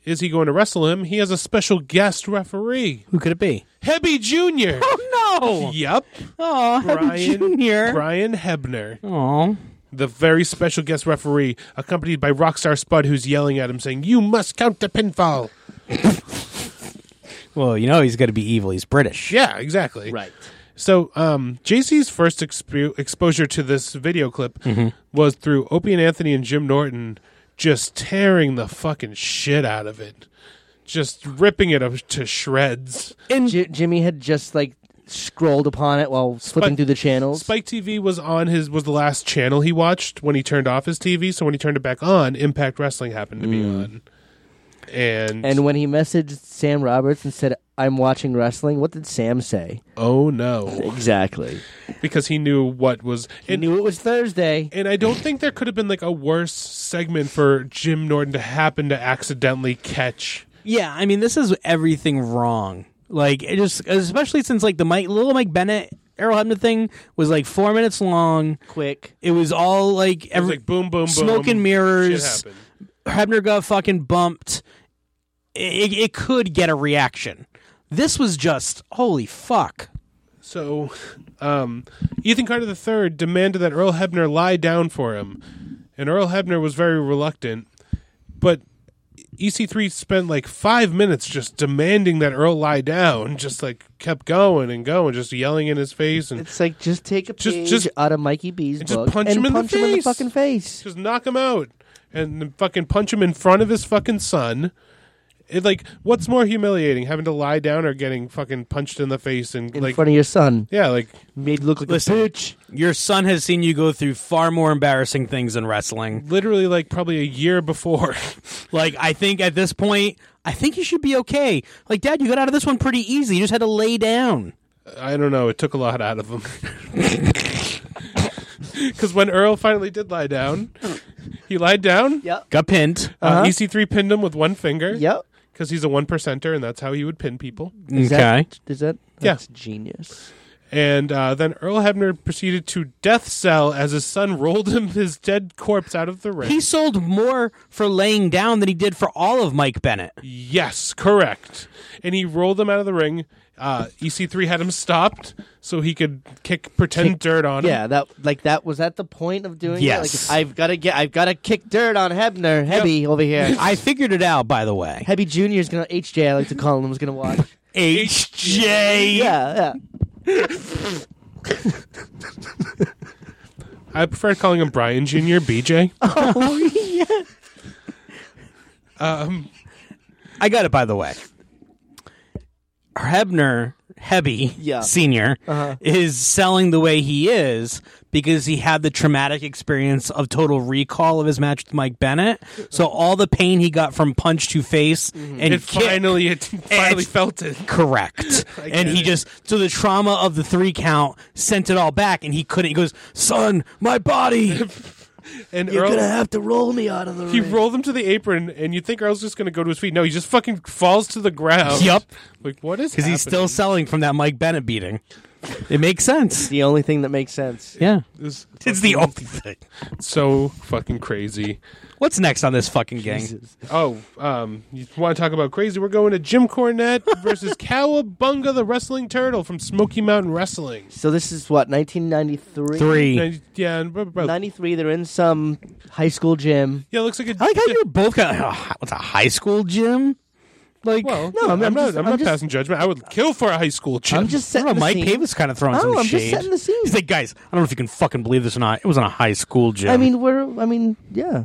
D: is he going to wrestle him, he has a special guest referee,
B: Who could it be?
D: Hebby Jr.
B: Oh
D: Yep,
B: no! Oh, Brian Junior.
D: Brian Hebner,
B: Oh,
D: the very special guest referee, accompanied by Rockstar Spud, who's yelling at him saying, "You must count the pinfall."
B: well, you know he's going to be evil. He's British.
D: Yeah, exactly.
C: Right.
D: So, um, JC's first expo- exposure to this video clip was through Opie and Anthony and Jim Norton just tearing the fucking shit out of it, just ripping it up to shreds.
C: J- Jimmy had just like scrolled upon it while flipping through the channels.
D: Spike TV was on his was the last channel he watched when he turned off his TV. So when he turned it back on, Impact Wrestling happened to be on. And,
C: And when he messaged Sam Roberts and said, "I'm watching wrestling," what did Sam say?
D: oh no,
C: Exactly.
D: because he knew what was
C: He
D: and,
C: knew it was Thursday.
D: and I don't think there could have been like a worse segment for Jim Norton to happen to accidentally catch.
B: Yeah, I mean this is everything wrong. Like it just, especially since like the Mike, little Mike Bennett, Errol Hebner thing was like four minutes long.
C: Quick.
B: It was all like
D: It was
B: every
D: like boom, boom, boom,
B: smoke and mirrors.
D: Shit happened.
B: Hebner got fucking bumped. It, it, it could get a reaction. This was just holy fuck.
D: So, um, Ethan Carter III demanded that Earl Hebner lie down for him, and Earl Hebner was very reluctant. But EC3 spent like five minutes just demanding that Earl lie down, just like kept going and going, just yelling in his face and
C: It's like just take a
D: Just-
C: page
D: just-
C: out of Mikey B's
D: and just
C: book
D: punch
C: and
D: him in the
C: punch him in the
D: face.
C: fucking face.
D: just knock him out and then fucking punch him in front of his fucking son. It like what's more humiliating, having to lie down or getting fucking punched in the face and
C: In
D: like
C: front of your son,
D: yeah, like
C: made look like
B: Listen.
C: a bitch.
B: Your son has seen you go through far more embarrassing things in wrestling.
D: literally like probably a year before.
B: Like, I think at this point, I think you should be okay. Like, Dad, you got out of this one pretty easy. You just had to lay down.
D: I don't know. It took a lot out of him. Because when Earl finally did lie down, he lied down.
C: Yep.
B: Got pinned.
D: Uh, EC3 pinned him with one finger.
C: Uh-huh. Yep.
D: Because he's a one percenter, and that's how he would pin people.
C: Is
B: Okay.
C: That, is that
D: Yeah.
C: that's genius?
D: And uh, then Earl Hebner proceeded to death cell as his son rolled him his dead corpse out of the ring.
B: He sold more for laying down than he did for all of Mike Bennett.
D: Yes, correct. And he rolled him out of the ring. Uh, EC3 had him stopped so he could kick pretend dirt on him.
C: Yeah, that like that was that the point of doing
B: Yes.
C: it. Like, I've got to get, I've got to kick dirt on Hebner, Hebby over here.
B: I figured it out, by the way.
C: Hebby Junior is gonna HJ. I like to call him. Was gonna watch.
B: HJ.
C: yeah, yeah.
D: I prefer calling him Brian Jr., BJ.
B: I got it, by the way. Hebner, Hebby,
C: Yeah.
B: senior, is selling the way he is because he had the traumatic experience of total recall of his match with Mike Bennett. So all the pain he got from punch to face and
D: It
B: kick-
D: finally, it finally felt it.
B: correct. and he just so the trauma of the three count sent it all back, and he couldn't. He goes, "Son, my body."
D: And
C: You're
D: Earl,
C: gonna have to roll me out of the
D: he
C: ring.
D: rolled him to the apron, and you think Earl's just going to go to his feet. No, he just fucking falls to the ground.
B: Yup.
D: Like, what is
B: Because he's still selling from that Mike Bennett beating. It makes sense.
C: the only thing that makes sense.
B: Yeah.
D: It's
B: It's the only thing.
D: so fucking crazy.
B: What's next on this fucking gang?
D: Oh, um, you want to talk about crazy? We're going to Jim Cornette versus Cowabunga the Wrestling Turtle from Smoky Mountain Wrestling.
C: So this is what 1993.
B: Three.
D: Ninety- Yeah, and bro- bro-
C: 93. They're in some high school gym.
D: yeah, it looks like a.
B: I like how you're both kind of, what's a high school gym? Like,
D: well,
C: No,
D: I'm,
C: I'm- I'm
D: not.
C: just-
D: I'm,
C: I'm
D: not
C: just-
D: passing judgment. I would kill for a high school gym.
C: I'm just
B: I
C: setting
B: don't
C: the
B: know, Mike
C: scene.
B: Pavis kind of throwing
C: Oh,
B: some
C: I'm just
B: shade.
C: setting the scene.
B: He's like, guys, I don't know if you can fucking believe this or not. It was on a high school gym.
C: I mean, we're. I mean, yeah.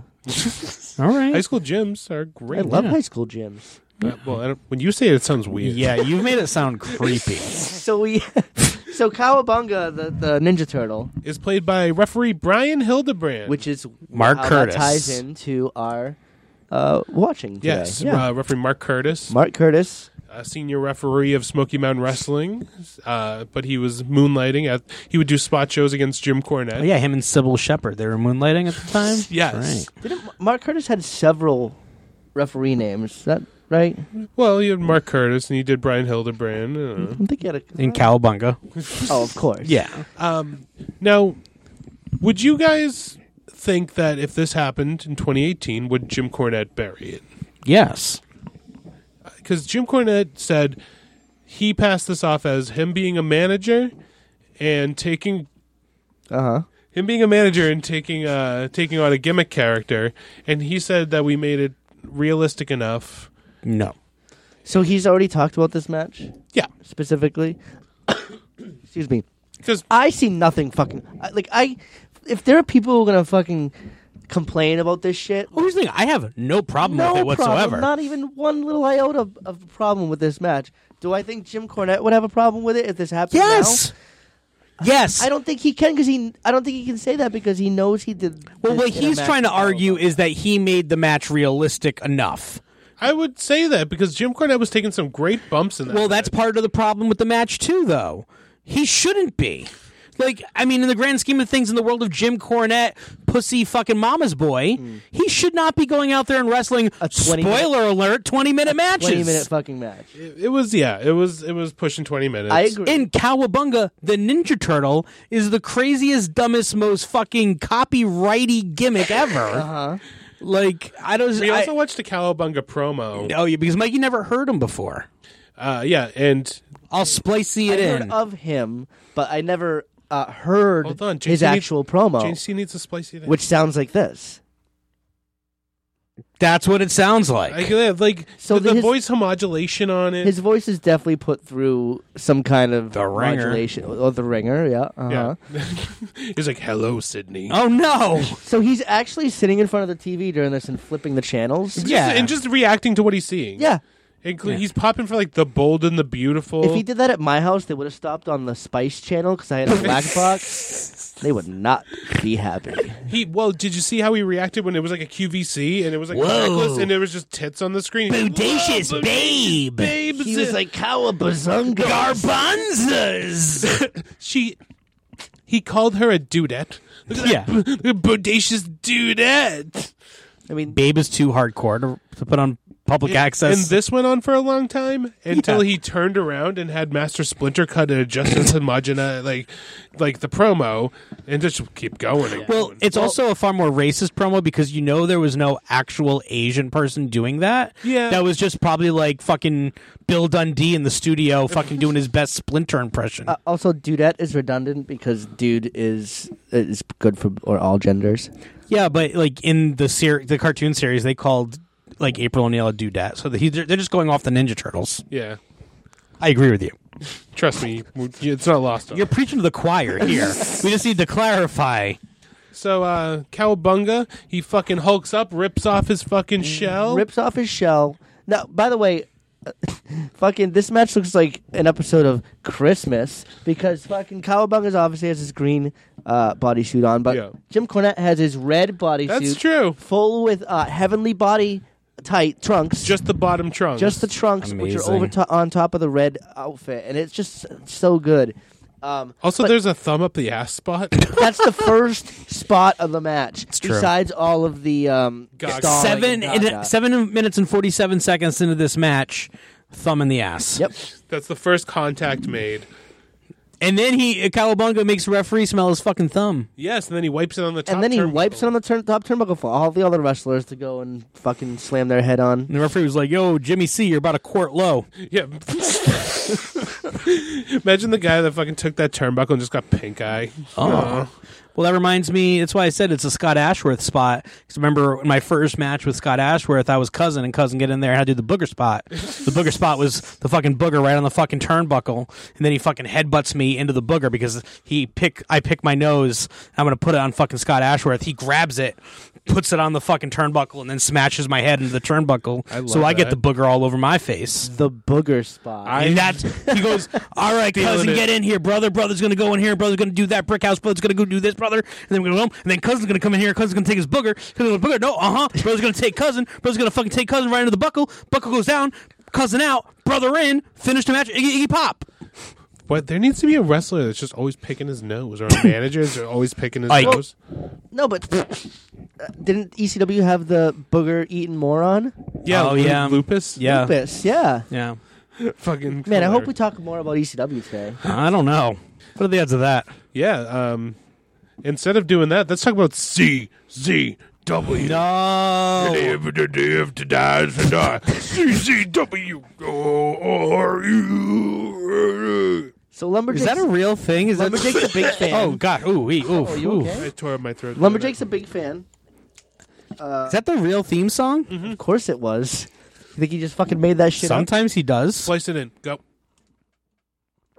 B: all right.
D: high school gyms are great.
C: I love high school gyms.
D: Uh, well, I don't, when you say it, it sounds weird.
B: yeah, you've made it sound creepy.
C: So we. so Kawabunga, the, the Ninja Turtle,
D: is played by referee Brian Hildebrand.
C: which is
B: Mark
C: how that
B: Curtis.
C: ties into our uh, watching today.
D: yes,
C: Yeah.
D: uh, referee Mark Curtis,
C: Mark Curtis.
D: a senior referee of Smoky Mountain Wrestling, uh, but he was moonlighting at. He would do spot shows against Jim Cornette.
B: Oh, yeah, him and Sybil Shepherd. They were moonlighting at the time?
D: Yes.
C: Didn't Ma- Mark Curtis had several referee names? Is that right?
D: Well, he had Mark Curtis, and he did Brian Hildebrand. uh,
C: I think he had a.
B: Right. In Cowabunga.
C: oh, of course.
B: Yeah.
D: Now, would you guys think that if this happened in 2018, would Jim Cornette bury it?
B: Yes.
D: Because Jim Cornette said he passed this off as him being a manager and taking
C: Uh huh.
D: him being a manager and taking uh, taking on a gimmick character, and he said that we made it realistic enough.
B: No.
C: So he's already talked about this match
D: Yeah,
C: specifically. Excuse me.
D: because
C: I see nothing fucking I- like I. If there are people who are gonna fucking complain about this shit,
B: Well, here's the thing. I have no problem
C: no
B: with it whatsoever.
C: problem, not even one little iota of, of problem with this match. Do I think Jim Cornette would have a problem with it if this happened?
B: yes. Yes.
C: now? I don't think he can because he. I don't think he can say that because he knows he did.
B: Well,
C: this
B: what
C: in a
B: he's
C: match
B: trying to
C: with Alabama.
B: argue is that he made the match realistic enough.
D: I would say that because Jim Cornette was taking some great bumps in that.
B: Well, that's
D: match.
B: part of the problem with the match too, though. He shouldn't be. Like, I mean, in the grand scheme of things, in the world of Jim Cornette, pussy fucking mama's boy, he should not be going out there and wrestling.
C: Hmm. A 20 minute-
B: spoiler alert: twenty minute matches.
C: twenty minute fucking match.
D: it, it was yeah, it was it was pushing 20 minutes.
C: I agree.
B: in Cowabunga, the Ninja Turtle is the craziest, dumbest, most fucking copyrighty gimmick ever. Uh-huh. Like, I don't.
D: We
B: I-
D: also watched the Cowabunga promo.
B: oh, yeah, because Mikey never heard him before.
D: Uh, yeah, and
B: I'll splicey it
C: I
B: in.
C: heard of him, but I never uh, heard
D: hold on, JC
C: his actual
D: needs,
C: promo,
D: JC needs to splice it in.
C: which sounds like this.
B: That's what it sounds like.
D: I, yeah, like
C: So
D: the,
C: the- his-
D: voice homodulation on it.
C: His voice is definitely put through some kind of
B: The ringer.
C: modulation or the ringer. Yeah. Uh-huh.
D: yeah, he's like, "Hello, Sydney."
B: oh no!
C: So he's actually sitting in front of the TV during this and flipping the channels.
D: Just-
B: yeah.
D: and just reacting to what he's seeing.
C: Yeah.
D: Inclu- he's popping for like the bold and the beautiful.
C: If he did that at my house, they would have stopped on the Spice Channel because I had a black box. They would not be happy.
D: He- well, did you see how he reacted when it was like a QVC and it was like
B: Whoa.
D: necklace and there was just tits on the screen?
B: Bodacious
D: Whoa,
B: babe.
D: babe.
C: He was like Cowabunga.
B: Garbanzas.
D: she. He called her a dudette. Look at
B: Yeah.
D: that, b- bodacious dudette.
C: I mean,
B: Babe is too hardcore to, to put on public access.
D: And this went on for a long time until
B: Yeah.
D: he turned around and had Master Splinter cut a Justice Imagina like like the promo and just keep going. And
B: Well,
D: going.
B: it's also a far more racist promo because you know there was no actual Asian person doing that.
D: Yeah.
B: That was just probably like fucking Bill Dundee in the studio fucking doing his best splinter
D: Uh,
B: impression.
C: uh, Also, dudette is redundant because dude is is good for or all genders.
B: yeah, but like in the ser- the cartoon series they called like April O'Neil a dudette. So he, they're they're just going off the Ninja Turtles.
D: yeah.
B: I agree with you.
D: Trust me, we- it's not lost. On
B: You're
D: us.
B: preaching to the choir here. we just need to clarify.
D: So uh Cowabunga, he fucking hulks up, rips off his fucking shell.
C: Mm, Rips off his shell. Now, by the way, fucking this match looks like an episode of Christmas because fucking Cowabunga's obviously has his green uh, bodysuit on, but
D: Yeah.
C: Jim Cornette has his red bodysuit.
D: That's true.
C: Full with uh, heavenly body tight trunks.
D: Just the bottom trunk.
C: just the trunks, which are over
B: Amazing.
C: to- on top of the red outfit, and it's just so good. Um,
D: also there's a thumb up the ass spot.
C: that's the first spot of the match.
B: true.
C: Besides all of the um,
D: Gaga.
C: stalling
B: seven
C: and
B: and,
C: gaga.
B: seven minutes and forty seven seconds into this match, thumb in the ass.
C: Yep.
D: That's the first contact made.
B: And then he Cowabunga makes the referee smell his fucking thumb.
D: Yes, and then he wipes it on the top.
C: And then he
D: turnbuckle.
C: wipes it on the turn- top turnbuckle for all the other wrestlers to go and fucking slam their head on.
B: And the referee was like, "Yo, Jimmy C, you're about a quart low."
D: Yeah. Imagine the guy that fucking took that turnbuckle and just got pink eye. Oh.
B: Well, that reminds me. That's why I said it's a Scott Ashworth spot. 'Cause remember in my first match with Scott Ashworth, I was cousin and cousin get in there and I do the booger spot. The booger spot was the fucking booger right on the fucking turnbuckle, and then he fucking headbutts me into the booger because he pick I pick my nose. I'm gonna put it on fucking Scott Ashworth. He grabs it, puts it on the fucking turnbuckle, and then smashes my head into the turnbuckle.
D: love
B: so I get the
D: that.
B: booger all over my face.
C: The booger spot.
D: I-
B: And that's he goes, all right, cousin,
D: it.
B: get in here, brother. Brother's gonna go in here. Brother's gonna do that brick house. Brother's gonna go do this, brother. And then we're gonna go home. And then cousin's gonna come in here. Cousin's gonna take his booger. Cousin's gonna booger. No, uh huh. Brother's gonna take cousin. Brother's gonna fucking take cousin right into the buckle. Buckle goes down. Cousin out. Brother in. Finish the match. Iggy, Iggy pop.
D: But there needs to be a wrestler that's just always picking his nose, or a manager that's always picking his
B: Ike.
D: nose.
C: no, but uh, didn't ECW have the booger eating moron?
D: Yeah,
B: Oh,
D: lu-
B: yeah.
D: lupus.
B: Yeah.
C: Lupus, yeah.
B: Yeah.
D: fucking.
C: Man,
D: killer.
C: I hope we talk more about ECW today.
B: I don't know. What are the odds of that?
D: Yeah. Um, instead of doing that, let's talk about C Z W.
B: No.
D: Live to live to die is to die. C Z W O R U.
C: So Lumberjack's,
B: Is that a real thing? Is that
C: Lumberjack's a big fan.
B: Oh God! Ooh, wee, ooh,
C: Are you
B: ooh.
C: okay?
D: I tore up my throat.
C: Lumberjack's a big fan.
B: Is that the real theme song?
C: Of course it was. You think he just fucking made that shit up?
B: Sometimes he does.
D: Slice it in. Go.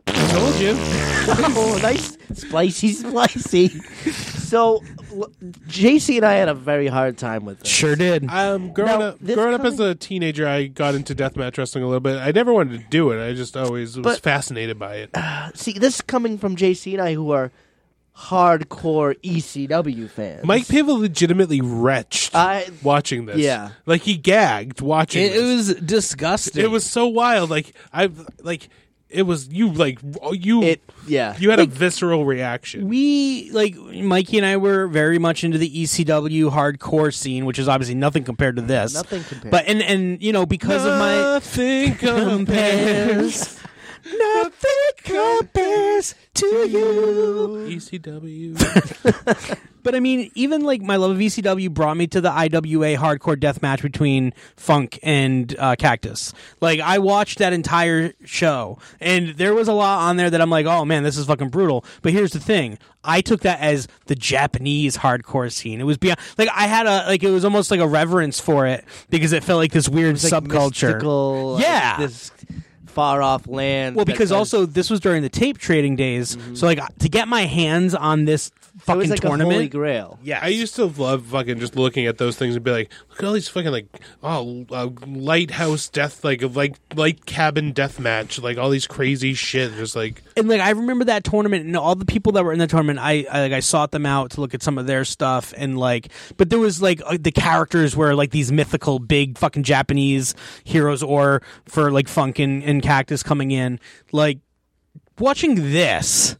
D: Told you.
C: Oh, nice, spicy, spicy. So, l- JC and I had a very hard time with this.
B: Sure did.
D: Um, growing
C: Now,
D: up,
C: this
D: growing up as
C: coming-
D: a teenager, I got into deathmatch wrestling a little bit. I never wanted to do it. I just always was
C: But-
D: fascinated by it.
C: See, this is coming from JC and I, who are hardcore ECW fans.
D: Mike Piva legitimately retched
C: I-
D: watching this.
C: Yeah.
D: like he gagged watching.
B: It, it
D: this.
B: was disgusting.
D: It was so wild. Like I like it was you like oh, you
C: It- yeah.
D: you had a visceral reaction.
B: we like Mikey and I were very much into the ECW hardcore scene, which is obviously nothing compared to this.
C: Nothing compared.
B: But and and you know because of my
D: nothing compares.
B: nothing compares to you.
D: E ECW.
B: But I mean, even like my love of ECW brought me to the IWA hardcore death match between Funk and uh, Cactus. Like I watched that entire show, and there was a lot on there that I'm like, oh man, this is fucking brutal. But here's the thing: I took that as the Japanese hardcore scene. It was beyond like I had a like it was almost like a reverence for it because it felt like this weird
C: It's like
B: subculture.
C: mystical, like,
B: yeah,
C: this far off land.
B: well,
C: that
B: because
C: does-
B: also this was during the tape trading days, so like to get my hands on this
C: it
B: fucking
C: was like
B: tournament.
C: a holy grail.
B: Yes.
D: I used to love fucking just looking at those things and be like, look at all these fucking like oh uh, lighthouse death like like light cabin death match like all these crazy shit just like
B: and like I remember that tournament and all the people that were in the tournament. I, I like I sought them out to look at some of their stuff and like, but there was like uh, the characters were like these mythical big fucking Japanese heroes, or for like Funk and, and Cactus coming in. Like watching this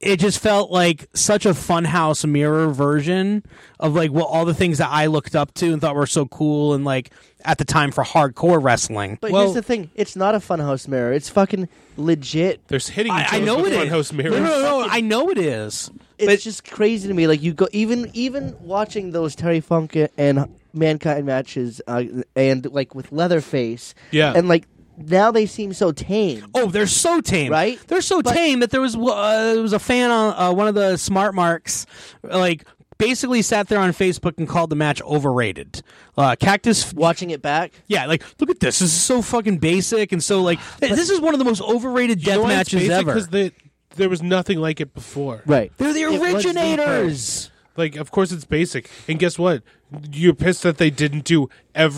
B: it just felt like such a funhouse mirror version of like well all the things that I looked up to and thought were so cool and like at the time for hardcore wrestling.
C: But
D: Well-
C: here's the thing: it's not a funhouse mirror. It's fucking legit.
D: There's hitting each
B: I, I
D: other
B: know
D: with
B: it is.
D: funhouse mirrors.
B: No, no, no, I know it is.
C: It's
B: but
C: just crazy to me. Like you go, even even watching those Terry Funk and Mankind matches, uh, and like with Leatherface,
D: Yeah.
C: and like now they seem so tame.
B: oh, they're so tame,
C: Right?
B: They're so
C: But-
B: tame that there was uh, there was a fan on uh, one of the smart marks, like basically sat there on Facebook and called the match overrated. Uh, Cactus
C: Watching it back,
B: Yeah, like look at this. This is so fucking basic and so like th- this is one of the most overrated death matches ever.
D: Because there was nothing like it before.
C: right?
B: They're the
C: was the first.
B: originators.
D: Like, of course it's basic. And guess what? You're pissed that they didn't do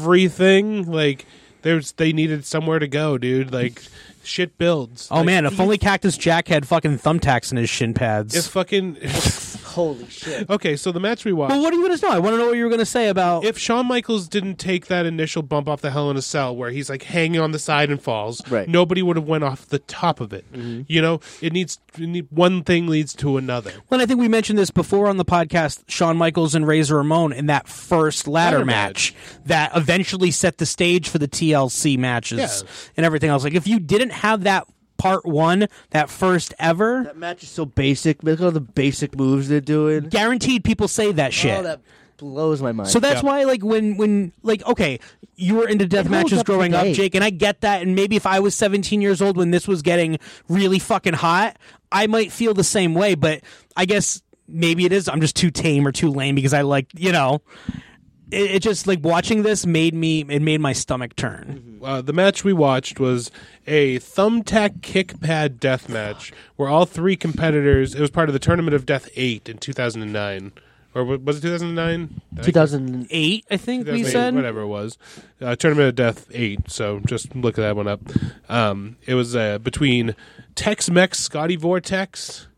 D: everything. Like, there's they needed somewhere to go, dude. Like, shit builds.
B: Oh
D: Like,
B: man, if only Cactus Jack had fucking thumbtacks in his shin pads.
D: If fucking
C: Holy shit!
D: okay, so the match we watched.
B: well, what are you gonna know? I want to know what you were gonna say about.
D: if Shawn Michaels didn't take that initial bump off the Hell in a Cell where he's like hanging on the side and falls,
C: Right.
D: nobody would have went off the top of it. You know, it needs it need, one thing leads to another.
B: well, I think we mentioned this before on the podcast. Shawn Michaels and Razor Ramon in that first ladder,
D: Ladder
B: match, that eventually set the stage for the TLC matches
D: Yeah.
B: and everything else. Like if you didn't have that part one, that first ever,
C: That match is so basic. Look at all the basic moves they're doing.
B: guaranteed people say that shit.
C: Oh, that blows my mind.
B: So that's
D: Yeah.
B: why, like, when when like, okay, you were into death
C: It holds
B: matches
C: up
B: growing up,
C: today.
B: Jake, and I get that. And maybe if I was 17 years old when this was getting really fucking hot, I might feel the same way. But I guess maybe it is. I'm just too tame or too lame because I like, you know, it, it just like watching this made me it made my stomach turn.
D: uh, the match we watched was a thumbtack kick pad death match where all three competitors. It was part of the Tournament of Death Eight in two thousand and nine, or wa- was it two thousand and nine?
C: 2000.
B: Eight, I think we
D: 2008,
B: said.
D: whatever it was, uh, Tournament of Death Eight. So just look that one up. Um, it was uh, between Tex-Mex Scotty Vortex,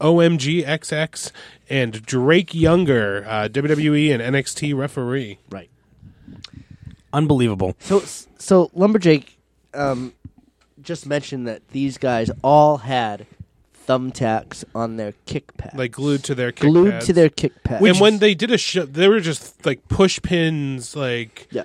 D: XXOMGXX, and Drake Younger, uh, WWE and NXT referee.
C: Right.
B: Unbelievable.
C: So so lumberjake, um, just mentioned that these guys all had thumbtacks on their kick pads,
D: Like glued to their kick
C: glued
D: pads.
C: to their kick pads.
D: and when they did a show, they were just like push pins, like
C: yeah,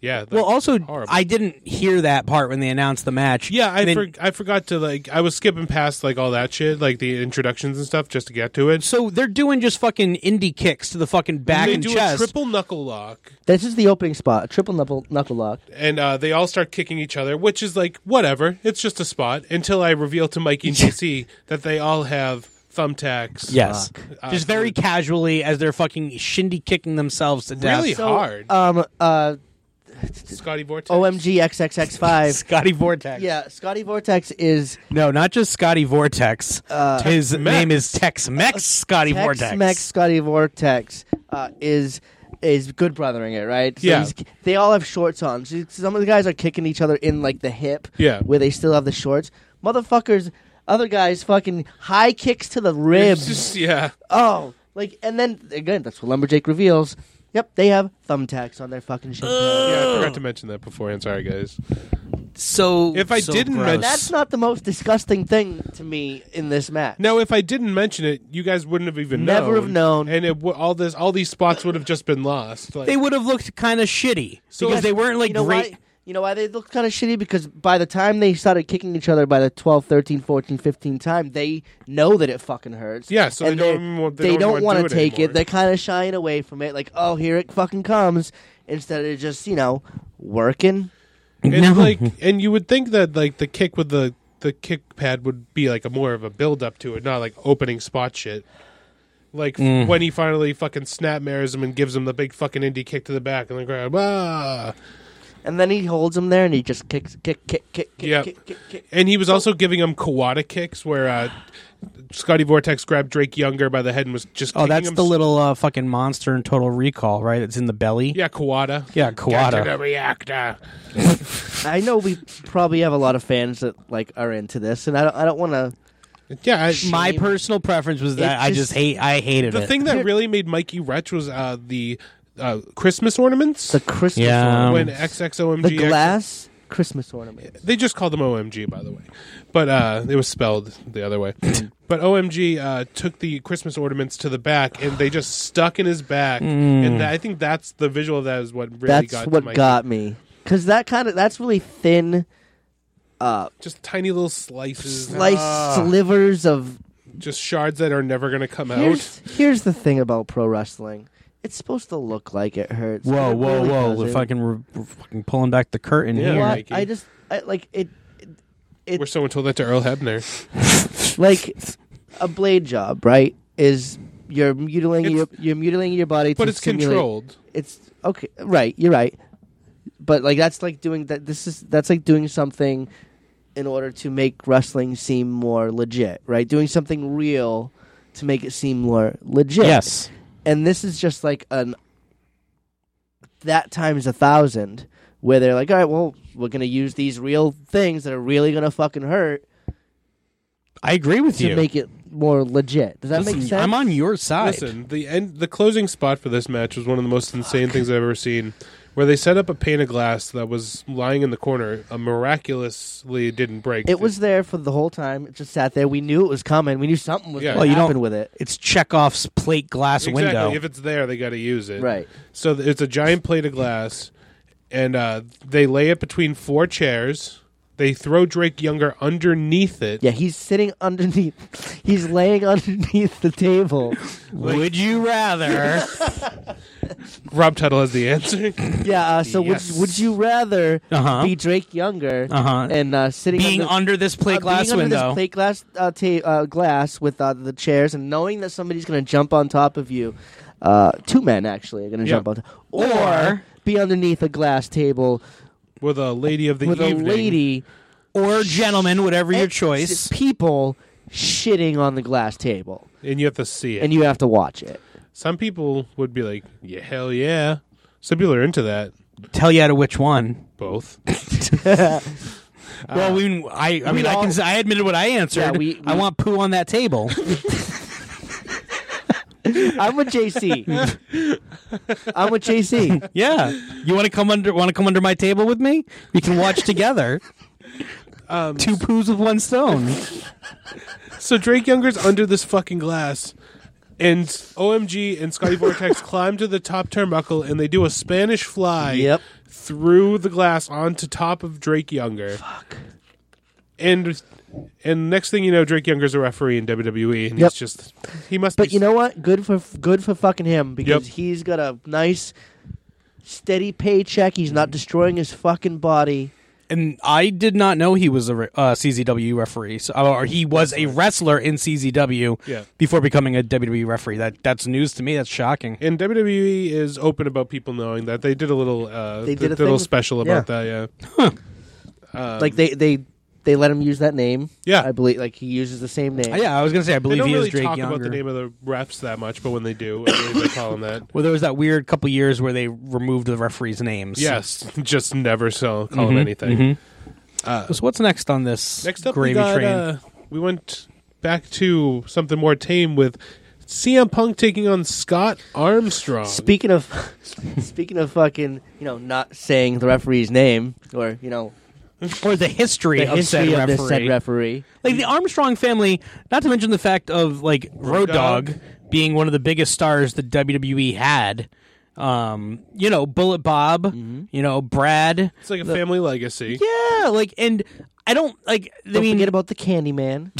D: yeah. like,
B: Well, also,
D: horrible.
B: I didn't hear that part when they announced the match.
D: yeah, I
B: And then-
D: for, I forgot to like I was skipping past like all that shit, like the introductions and stuff, just to get to it.
B: So they're doing just fucking indie kicks to the fucking back
D: they
B: and
D: do
B: chest.
D: a triple knuckle lock,
C: this is the opening spot, a triple knuckle, knuckle lock.
D: and uh, they all start kicking each other, which is like whatever. It's just a spot until I reveal to Mikey and JC that they all have thumbtacks.
B: Yes.
C: Fuck.
D: Uh,
B: Just very casually as they're fucking shindy kicking themselves to death.
D: really hard.
C: Um, uh,
D: Scotty Vortex.
C: OMG XXX five.
B: Scotty Vortex.
C: yeah, Scotty Vortex is
B: No, not just Scotty Vortex. His name is Tex Mex Scotty Vortex.
C: Uh, Tex-Mex Scotty Vortex uh, is is good brothering it, right? So
D: Yeah.
C: he's- they all have shorts on. So some of the guys are kicking each other in like the hip,
D: Yeah.
C: where they still have the shorts. Motherfuckers, other guys fucking high kicks to the
D: It's
C: ribs.
D: just- yeah.
C: oh, like and then again, that's what lumberjake reveals. Yep, they have thumbtacks on their fucking shin pads.
D: yeah, I forgot to mention that beforehand. Sorry, guys.
B: So
D: If I
B: so
D: didn't
B: gross.
D: mention-
C: That's not the most disgusting thing to me in this match.
D: No, if I didn't mention it, you guys wouldn't have even known.
C: Never have known.
D: and it w- all this, all these spots would have just been lost. Like,
B: they would have looked kind of shitty because they weren't like
C: you know
B: great.
C: Why, you know why they looked kind of shitty? Because by the time they started kicking each other by the 12, 13, 14, 15 time, they know that it fucking hurts.
D: Yeah, so they
C: And
D: don't even want- they
C: they
D: don't
C: don't
D: wanna
C: wanna
D: do it
C: take
D: anymore.
C: it. They're kind of shying away from it. Like, oh, here it fucking comes. Instead of just, you know, working.
D: and
B: No.
D: like, and you would think that like the kick with the the kick pad would be like a more of a build up to it, not like opening spot shit. Like
B: Mm.
D: when he finally fucking snap mares him and gives him the big fucking indie kick to the back and the ground. Ah.
C: And then he holds him there and he just kicks, kick, kick, kick, kick,
D: Yeah.
C: kick, kick, kick.
D: And he was also giving him Kawada kicks where uh, Scotty Vortex grabbed Drake Younger by the head and was just
B: Oh,
D: kicking
B: that's
D: him
B: the little uh, fucking monster in Total Recall, right? It's in the belly.
D: Yeah, Kawada.
B: Yeah,
D: Get to
B: Kawada.
D: the reactor.
C: I know we probably have a lot of fans that like are into this, and I don't, I don't want to.
D: Yeah, I,
B: My personal preference was that
C: It
B: I just
C: just-
B: hate. I hated
D: The
B: it.
D: thing that really made Mikey retch was uh, the uh, Christmas ornaments
C: The Christmas
B: Yeah.
C: one.
D: when XXOMG
C: the glass Christmas ornaments.
D: They just called them OMG, by the way, but uh, it was spelled the other way. but OMG uh, took the Christmas ornaments to the back, and they just stuck in his back, and that, I think that's the visual of that is what really
C: Mm. that's
D: got to my-
C: what got me. Because that kind of that's really thin uh,
D: just tiny little slices,
C: sliced
D: Ah,
C: slivers of.
D: just shards that are never going to come out.
C: Here's, here's the thing about pro wrestling. It's supposed to look like it hurts.
B: Whoa,
C: It
B: whoa,
C: really
B: whoa!
C: doesn't.
B: If I can, re- re- fucking pulling back the curtain
D: Yeah.
B: here.
D: What?
C: But
D: Mikey.
C: I just I, like it,
D: We're someone told that to Earl Hebner.
C: like a blade job, right? Is you're mutilating your,
D: It's-
C: you're mutilating your body,
D: But
C: to
D: it's
C: simulate-
D: controlled.
C: It's okay, right? You're right, but like that's like doing that. This is that's like doing something in order to make wrestling seem more legit, right? Doing something real to make it seem more legit.
B: Yes.
C: and this is just like an that times a thousand where they're like all right well we're gonna use these real things that are really gonna fucking hurt
B: I agree with
C: to
B: you.
C: make it more legit does that
B: Listen,
C: make sense
B: I'm on your side.
D: Listen, the end, the closing spot for this match was one of the most insane things I've ever seen, where they set up a pane of glass that was lying in the corner, uh, miraculously didn't break.
C: it was there for the whole time it just sat there we knew it was coming we knew something was
D: Yeah.
C: gonna
D: Well,
B: you don't-
C: happen with it
B: It's Chekhov's plate glass
D: exactly.
B: window.
D: If it's there, they got to use it.
C: Right.
D: So th- it's a giant plate of glass, and uh, they lay it between four chairs. They throw Drake Younger underneath it.
C: yeah he's sitting underneath he's laying underneath the table
B: Would you rather?
D: Rob Tuttle has the answer.
C: yeah uh, so
D: Yes.
C: would, would you rather
B: Uh-huh.
C: be drake younger
B: Uh-huh.
C: and uh, sitting
B: being
C: under-
B: under this plate
C: uh,
B: glass
C: being under
B: window.
C: This plate glass uh, ta- uh, glass with uh, the chairs, and knowing that somebody's going to jump on top of you. Uh, two men actually are going to
D: Yeah.
C: jump on, top.
B: Or-
C: or be underneath a glass table
D: With a lady of the
C: with
D: evening.
C: a lady.
B: or gentlemen, whatever your
C: and
B: choice.
C: People shitting on the glass table,
D: And you have to see it.
C: and you have to watch it.
D: Some people would be like, yeah, hell yeah. Some people are into that.
B: Tell you out of which one.
D: Both.
B: well, we, I, I mean, I can.
C: all-
B: say- I admitted what I answered.
C: Yeah, we-
B: I
C: we-
B: want poo on that table.
C: I'm with JC. I'm with JC.
B: yeah, you want to come under? Want to come under my table with me? We can watch together. Two poos with one stone.
D: So Drake Younger's under this fucking glass, and OMG and Scotty Vortex climb to the top turnbuckle, and they do a Spanish fly
C: Yep.
D: through the glass onto top of Drake Younger. Fuck. And and next thing you know, Drake Younger's a referee in WWE, and
C: Yep.
D: he's just he must.
C: But
D: be
C: you know what? Good for good for fucking him because
D: Yep.
C: he's got a nice, steady paycheck. He's not destroying his fucking body.
B: And I did not know he was a re- uh, CZW referee, so, or he was a wrestler in CZW
D: Yeah.
B: before becoming a WWE referee. That that's news to me. That's shocking.
D: And WWE is open about people knowing that they did a little uh,
C: They
D: they
C: did
D: did
C: a
D: little
C: thing-
D: special
C: yeah.
D: about that. Yeah,
C: like they they they let him use that name.
D: Yeah.
C: I believe like he uses the same name.
B: Uh, Yeah, I was gonna say I
D: they
B: believe
D: don't
B: he
D: really
B: is Drake
D: talk
B: Younger.
D: about the name of the refs that much, but when they do, I believe they call them that.
B: Well, there was that weird couple years where they removed the referees' names. Mm-hmm.
D: Yes, just never so
C: Mm-hmm.
D: call him anything. Uh,
B: So what's next on this
D: Next up,
B: gravy
D: we got,
B: train?
D: Uh, we went back to something more tame with CM Punk taking on Scott Armstrong.
C: Speaking of speaking of fucking you know not saying the referee's name or you know
B: or the history
C: the
B: of
C: history
B: said
C: of this said
B: referee.
C: referee.
B: like the Armstrong family, not to mention the fact of like Road Dogg
D: Dogg.
B: being one of the biggest stars that WWE had. Um, you know, Bullet Bob, you know, Brad.
D: it's like a family legacy.
B: Mm-hmm. Yeah, like and I don't like I
C: Don't
B: mean
C: forget about the Candyman.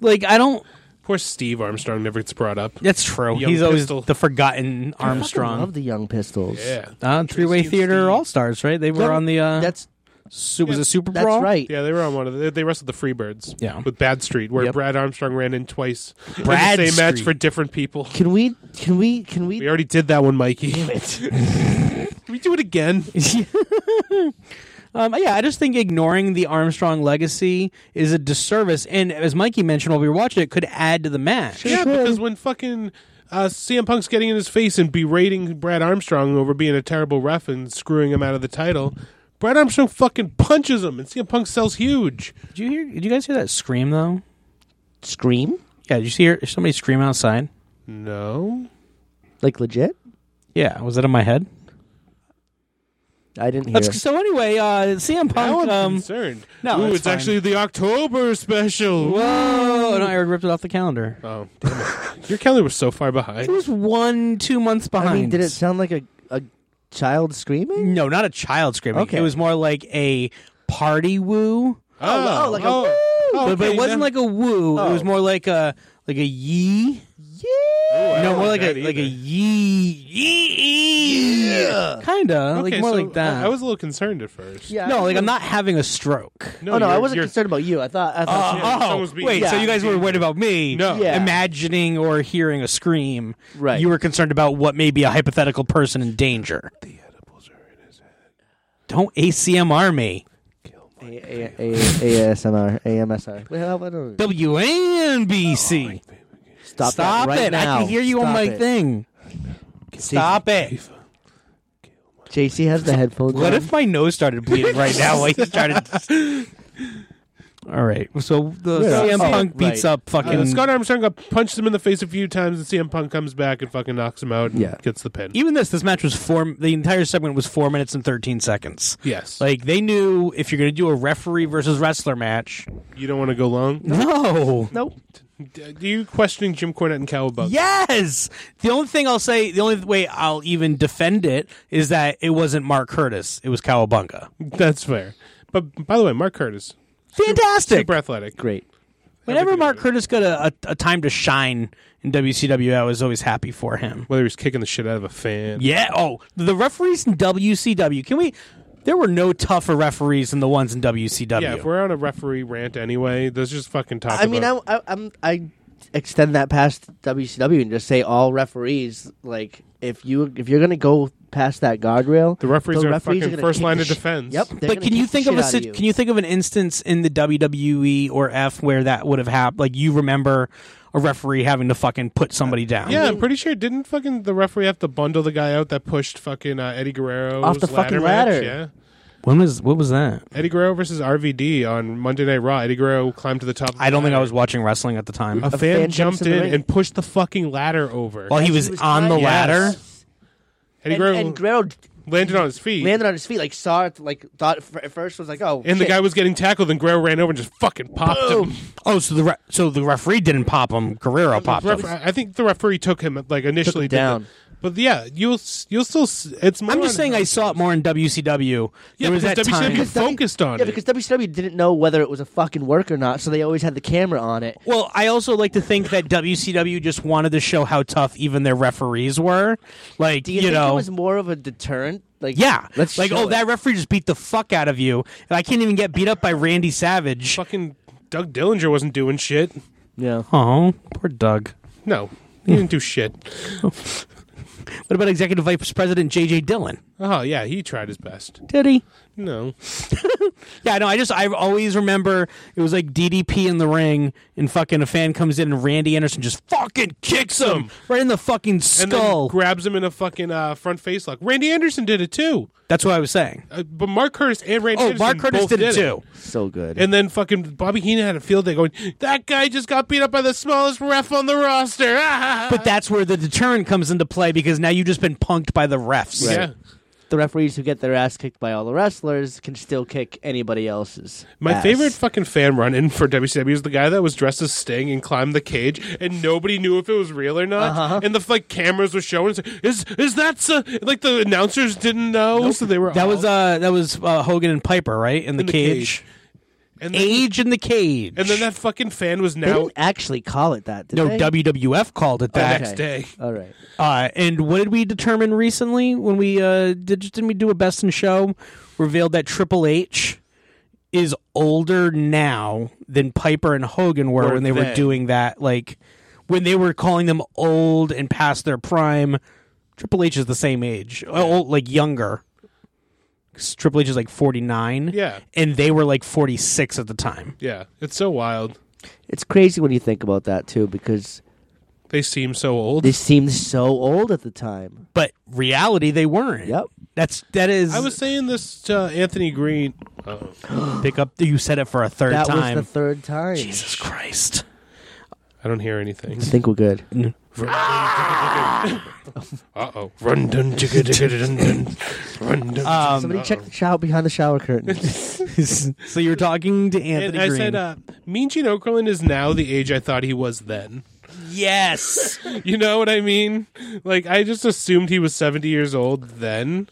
B: like I don't
D: Poor Steve Armstrong never gets brought up.
B: that's true.
D: Young
B: He's always
D: Pistol.
B: the forgotten
C: I love
B: Armstrong.
C: the Young Pistols.
D: Yeah,
B: Uh, three way theater all stars, right? They were on the uh
C: that's
B: su- was a Super
C: that's
B: Bowl.
C: right.
D: yeah, they were on one of the, they wrestled the Freebirds.
B: Yeah.
D: with Bad Street, where
B: Yep.
D: Brad Armstrong ran in twice. in
B: Brad
D: the same match
B: Street.
D: for different people.
C: Can we? Can we? Can
D: We
C: we?
D: already did that one, Mikey. Can we do it again?
B: Um, yeah, I just think ignoring the Armstrong legacy is a disservice, and as Mikey mentioned while we were watching, it could add to the match.
D: Yeah, because when fucking uh, CM Punk's getting in his face and berating Brad Armstrong over being a terrible ref and screwing him out of the title, Brad Armstrong fucking punches him, and CM Punk sells huge.
B: Did you hear? Did you guys hear that scream though?
C: Scream
B: Yeah, did you hear somebody scream outside?
D: No,
C: like legit?
B: Yeah, was that in my head?
C: I didn't hear.
B: That's, so anyway, uh, CM
D: Now
B: Punk.
D: I'm
B: Um,
D: concerned.
B: no,
D: Ooh,
B: that's
D: it's
B: fine.
D: actually the October special.
B: whoa! No, I ripped it off the calendar.
D: Oh, damn it. Your calendar was so far
B: It
D: behind.
B: was one, two months behind.
C: I mean, did it sound like a a child screaming?
B: No, not a child screaming.
C: Okay.
B: It was more like a party woo.
C: Oh, oh, like a woo!
D: Ah. oh,
B: but, but
D: okay,
B: it wasn't
D: then-
B: like a woo. It was
C: Oh.
B: more like a like a yee.
C: Yeah.
D: I
B: no,
D: don't
B: more like a
D: that
B: like
D: either.
B: a yee yee. Kinda
D: Okay,
B: like more
D: so
B: like that.
D: I, I was a little concerned at first.
C: Yeah.
B: no, like I'm not having a stroke.
C: Oh no, I
D: you're-
C: wasn't
D: you're-
C: concerned about you. I thought. I thought.
D: yeah,
B: oh,
D: someone's being-
B: wait. So
C: Yeah.
B: you guys were worried about me?
D: No.
C: Yeah.
B: Imagining or hearing a scream.
C: Right.
B: You were concerned about what may be a hypothetical person in danger. The edibles are in his head. Don't ACMR me.
C: A- A- A- ASMR, AMSR. Well, I don't know.
B: WNBC.
C: Stop, that right
B: it.
C: now.
B: I can hear you on
C: Stop
B: my
C: it.
B: thing. Stop it.
C: JC has the headphones.
B: What
C: on.
B: if my nose started bleeding right now while you started. All right. So the
C: Yeah.
B: CM
C: Oh,
B: Punk beats
C: right.
B: up fucking.
D: Uh, Scott Armstrong got punched him in the face a few times, and CM Punk comes back and fucking knocks him out and
C: Yeah.
D: gets the pin.
B: even this, this match was four. The entire segment was four minutes and 13 seconds.
D: Yes.
B: Like they knew if you're going to do a referee versus wrestler match.
D: you don't want to go
B: Mm.
D: long?
B: No.
C: Nope.
D: D- Do you questioning Jim Cornette and Cowabunga?
B: Yes. The only thing I'll say, the only way I'll even defend it is that it wasn't Mark Curtis. It was Cowabunga.
D: That's fair. But by the way, Mark Curtis,
B: Fantastic.
D: super athletic.
C: Great.
B: Whenever
D: Everything
B: Mark
D: about
B: Curtis got a, a, a time to shine in WCW, I was always happy for him.
D: Whether he's kicking the shit out of a fan.
B: Yeah. Oh, the referees in WCW. Can we? There were no tougher referees than the ones in WCW.
D: Yeah, if we're on a referee rant anyway, let's just fucking talk
C: I mean, I,
D: about
C: I, I'm I extend that past WCW and just say all referees. Like, if you if you're gonna go past that guardrail,
D: The referees are fucking
C: gonna
D: first
C: kick
D: line
C: the
D: of
C: shi-
D: defense.
C: Yep. they're
B: but
C: gonna
B: can
C: kick
B: you
C: the
B: think of
C: shit
B: a
C: out
B: sit-
C: you.
B: can you think of an instance in the WWE or F where that would have happened? Like you remember a referee having to fucking put somebody down?
D: Yeah, I'm pretty sure. Didn't fucking the referee have to bundle the guy out that pushed fucking uh, Eddie Guerrero
C: Off the
D: ladder
C: fucking
D: match?
C: ladder.
D: Yeah,
B: When was what was that?
D: Eddie Guerrero versus RVD on Monday Night Raw. Eddie Guerrero climbed to the top. Of the
B: I don't think I
D: ladder.
B: was watching wrestling at the time.
D: A, fan,
C: fan jumps
D: jumped
C: in the
D: in,
C: ring.
D: and pushed the fucking ladder over.
B: While he was,
C: was
B: on the
C: trying-
B: ladder,
D: Eddie
C: And,
D: Guerrero
C: and Guerrero
D: landed on his feet,
C: landed on his feet, like saw it, like thought f- at first was like, oh,
D: and the
C: shit.
D: guy was getting tackled. And Guerrero ran over and just fucking popped him.
B: oh, so the re- so the referee didn't pop him. Guerrero popped
D: Ref-
B: him.
D: I think the referee took him like initially did
C: down.
D: it. But yeah, you'll s- you'll still. s- It's. More
B: I'm just
D: on
B: saying
D: how-
B: I saw it more in WCW.
D: Yeah,
B: there was that
D: because WCW
B: time.
D: is focused on
C: yeah,
D: it.
C: because WCW didn't know whether it was a fucking work or not, so they always had the camera on it.
B: Well, I also like to think that WCW just wanted to show how tough even their referees were. Like
C: Do you, think
B: know,
C: it was more of a deterrent? Like,
B: Yeah,
C: let's
B: like
C: show
B: oh
C: it.
B: that referee just beat the fuck out of you, and I can't even get beat up by Randy Savage.
D: fucking Doug Dillinger wasn't doing shit.
C: yeah.
B: Oh, poor Doug.
D: No, he didn't do shit.
B: What about Executive Vice President J.J. Dillon?
D: Oh yeah, he tried his best.
B: Did he?
D: No,
B: Yeah, no. I just I always remember it was like DDP in the ring, and fucking a fan comes in, and Randy Anderson just fucking kicks him right in the fucking
D: and
B: skull.
D: then grabs him in a fucking uh, front face lock. Randy Anderson did it too.
B: That's what I was saying.
D: Uh, but Mark Curtis and Randy.
B: Oh,
D: Anderson
B: Mark Curtis
D: both
B: did it too.
C: so good.
D: And then fucking Bobby Heenan had a field day going. That guy just got beat up by the smallest ref on the roster.
B: But that's where the deterrent comes into play because now you've just been punked by the refs.
C: Right.
D: yeah.
C: the referees who get their ass kicked by all the wrestlers can still kick anybody else's.
D: My
C: ass.
D: favorite fucking fan run in for WCW is the guy that was dressed as Sting and climbed the cage, and nobody knew if it was real or not. And the like cameras were showing, it's like, is is that so? like the announcers didn't know, so they were
B: That
D: all-
B: was uh that was uh, Hogan and Piper right in the,
D: In the
B: cage.
D: cage. and then,
B: Age in the cage.
D: and then that fucking fan was
C: They
D: now
C: didn't actually call it that. Did
B: No,
C: they?
B: WWF called it
D: the
B: that.
D: next day.
C: All right.
B: Uh, and what did we determine recently when we uh, did? Didn't we do a best in show? Revealed that Triple H is older now than Piper and Hogan were
D: Were
B: when they were
D: then.
B: doing that. Like when they were calling them old and past their prime. Triple H is the same age, old, like younger. 'Cause Triple H is like forty nine.
D: Yeah.
B: and they were like forty six at the time.
D: Yeah, it's so wild.
C: It's crazy when you think about that too, because
D: They seem so old.
C: they seemed so old at the time.
B: But reality, they weren't.
C: Yep.
B: That's that is.
D: I was saying this to Anthony Green. Uh-oh.
B: pick up. You said it for a third
C: that
B: time.
C: was the third time.
B: Jesus Christ.
D: I don't hear anything.
C: I think we're good.
D: Uh oh. Run dun jigga digga dun dun. Run dun.
C: Somebody check the child behind the shower curtain.
B: so you're talking to
D: And
B: Anthony
D: I
B: Green.
D: said, uh, Mean Gene Okerlund is now the age I thought he was then.
B: yes.
D: You know what I mean? Like I just assumed he was seventy years old then,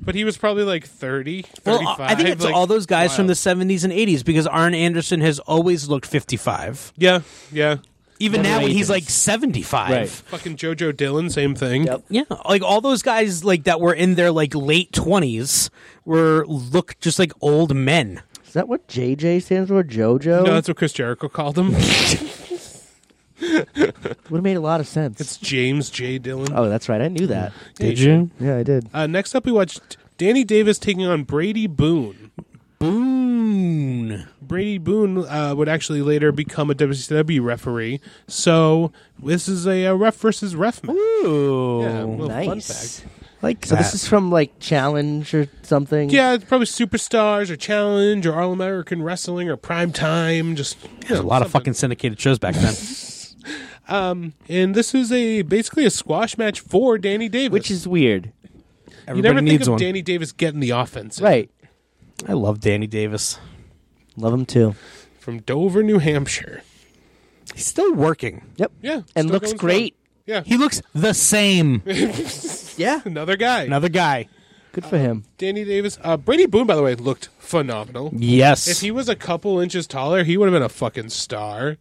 D: but he was probably like 30, 35.
B: Well, I think it's
D: like,
B: all those guys from
D: wild.
B: the 70s and 80s because Arn Anderson has always looked 55.
D: Yeah, yeah.
B: Even
C: Never
B: now when
C: ages.
B: he's like 75.
C: Right.
D: Fucking JoJo Dylan, same thing.
C: Yep.
B: Yeah, like all those guys like that were in their like late 20s were look just like old men.
C: Is that what JJ stands for? JoJo?
D: No, that's what Chris Jericho called him.
C: Would have made a lot of sense.
D: it's James J. Dylan.
C: oh, that's right. I knew that.
D: Did you?
C: Yeah, I did.
D: Uh, next up, we watched Danny Davis taking on Brady Boone.
B: Boone.
D: Brady Boone uh, would actually later become a WCW referee, so this is a, uh ref versus ref match.
B: Ooh.
D: Yeah, a little fun fact.
C: Nice. Like so
B: that.
C: this is from like Challenge or something.
D: Yeah, it's probably Superstars or Challenge or All American Wrestling or Prime Time. Just
B: There's a lot of fucking syndicated shows back then.
D: And this is a basically a squash match for Danny Davis,
C: Which is weird.
D: you
B: Everybody
D: never think
B: needs
D: of
B: one.
D: Danny Davis getting the offense in.
C: Right.
B: I love Danny Davis.
C: Love him too.
D: from Dover, New Hampshire.
B: He's still working.
C: Yep.
D: Yeah,
C: And
D: still
C: looks
D: going
C: great.
D: strong. Yeah,
B: He looks the same.
C: Yeah.
D: another guy,
B: Another guy.
C: Good for him.
D: Danny Davis. Uh, Brady Boone, by the way, looked phenomenal.
B: Yes.
D: If he was a couple inches taller, he would have been a fucking star.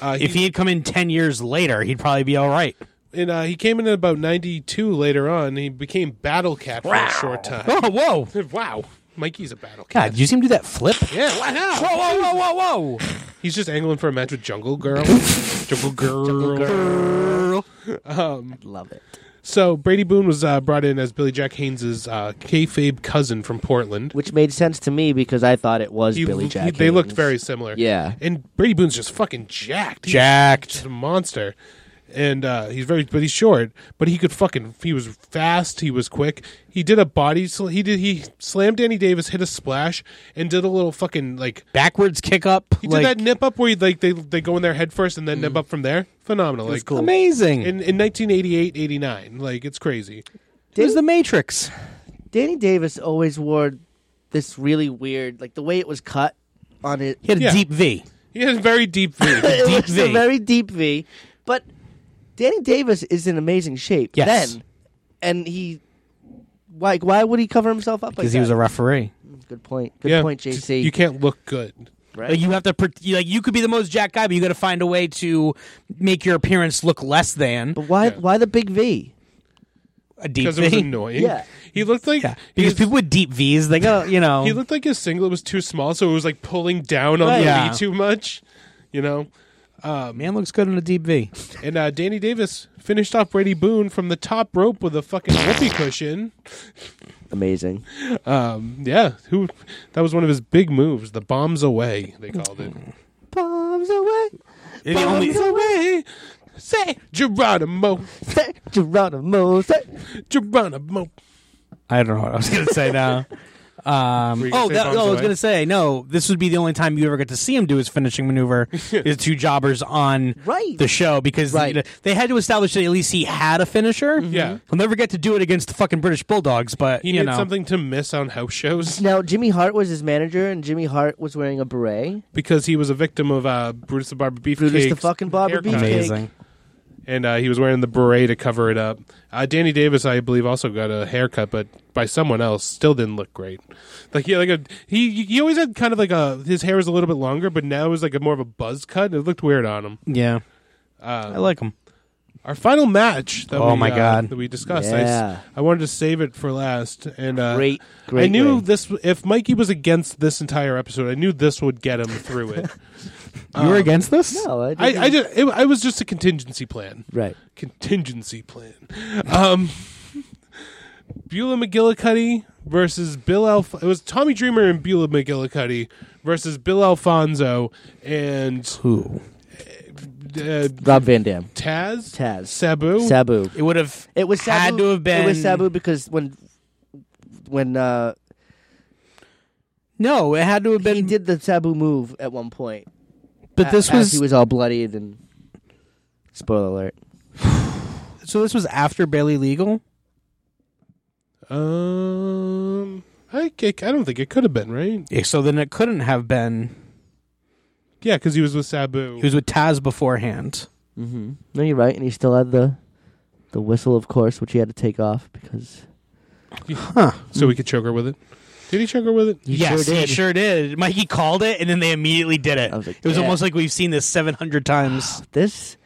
D: Uh,
B: if he had come in 10 years later, he'd probably be all right.
D: and uh, he came in at about ninety two later on. He became battle cat for a short time.
B: Oh, whoa.
D: wow, Mikey's a battle cat.
B: God, did you see him do that flip?
D: Yeah, wow.
B: Whoa, whoa, whoa, whoa, whoa.
D: He's just angling for a match with Jungle Girl. Jungle Girl.
C: Love it.
D: So Brady Boone was uh, brought in as Billy Jack Haynes' uh, kayfabe cousin from Portland.
C: Which made sense to me because I thought it was
D: He-
C: Billy
D: he-
C: Jack.
D: they looked
C: Haynes.
D: very similar.
C: Yeah.
D: And Brady Boone's just fucking jacked. He's just
B: Jacked.
D: a monster. And uh, he's very, but he's short. But he could fucking. He was fast. He was quick. He did a body. Sl- he did. He slammed Danny Davis, hit a splash, and did a little fucking like.
B: Backwards kick up.
D: He
B: like,
D: did that nip up where he, like they they go in there head first and then nip up from there. Phenomenal. like cool.
B: Amazing.
D: in, in 1988 89 like it's crazy
B: it was the Matrix.
C: Danny Davis always wore this really weird, like the way it was cut on it.
B: He had a
D: Yeah.
B: deep V.
D: he has very deep feet
C: it
B: deep
C: was
B: V.
C: a very deep V. But Danny Davis is in amazing shape
B: Yes.
C: then, and he like why would he cover himself up?
B: Because
C: like
B: he was
C: that?
B: a referee.
C: good point. Good point, JC.
D: you can't look good
C: right?
B: Like you have to, pre- you- like you could be the most jacked guy, but you got to find a way to make your appearance look less than
C: but why? Why the big V?
B: a deep
D: because it was
B: V.
D: annoying
C: Yeah.
D: he looked like
B: Yeah, because
D: his-
B: people with deep V's, they got you know.
D: he looked like his singlet was too small so it was like pulling down on
C: Right.
D: the
B: Yeah.
D: V too much you know
B: man looks good in a deep V.
D: and uh, Danny Davis finished off Brady Boone from the top rope with a fucking whoopee cushion
C: Amazing.
D: yeah who that was one of his big moves the bombs away they called it
C: Bombs away.
B: And he only-
D: bombs away say Geronimo
C: Say Geronimo. Say.
D: Geronimo
B: I don't know what I was gonna say now. Um,
D: you gonna
B: oh,
D: say
B: that,
D: bombs
B: no, I was
D: away?
B: gonna say no. This would be the only time you ever get to see him do his finishing maneuver. is two jobbers on
C: Right.
B: the show because
C: Right.
B: you know, they had to establish that at least he had a finisher.
D: Mm-hmm. Yeah.
B: he'll never get to do it against the fucking British Bulldogs, but
D: he
B: you
D: did
B: know
D: something to miss on house shows
C: Now Jimmy Hart was his manager, and Jimmy Hart was wearing a beret.
D: because he was a victim of uh, Brutus the Barber Beefcake.
C: Brutus the fucking Barber
D: haircut.
C: Beefcake.
B: amazing.
D: And uh, he was wearing the beret to cover it up. Uh, Danny Davis, I believe, also got a haircut, but by someone else, still didn't look great. Like he, like a, he, he always had kind of like a his hair was a little bit longer, but now it was like a more of a buzz cut. and It looked weird on him.
B: Yeah,
D: Uh,
B: I like him.
D: Our final match that
B: Oh
D: we,
B: my
D: uh,
B: God.
D: that we discussed. I,
C: Yeah.
D: s- I wanted to save it for last. And uh,
C: Great, great
D: I knew
C: way.
D: this. If Mikey was against this entire episode, I knew this would get him through it.
B: you were against this?
C: No, Oh, I,
D: I,
C: didn't-
D: I did. It, I was just a contingency plan.
C: Right.
D: Contingency plan. Um, Beulah McGillicuddy versus Bill Alf. It was Tommy Dreamer and Beulah McGillicuddy versus Bill Alfonso and
B: Who?
D: uh,
C: Rob Van Dam.
D: Taz.
C: Taz.
D: Sabu.
C: Sabu.
B: It would have.
C: It was Sabu.
B: Had to have been-
C: It was Sabu because when when uh,
B: No, it had to have
C: he
B: been.
C: did the Sabu move at one point,
B: but
C: a-
B: this
C: as
B: was.
C: he was all bloodied and spoiler alert.
B: so this was after Barely Legal.
D: Um, I, I don't think it could have been right.
B: Yeah, so then it couldn't have been.
D: Yeah, because he was with Sabu.
B: He was with Taz beforehand.
C: Mm-hmm. No, you're right, and he still had the the whistle, of course, which he had to take off because
D: so we could choke her with it. Did he choke her with it?
C: he
B: yes,
C: sure
B: he
C: did.
B: sure did. Mikey called it, and then they immediately did it.
C: I was like,
B: it was
C: "Yeah."
B: almost like we've seen this seven hundred times.
C: This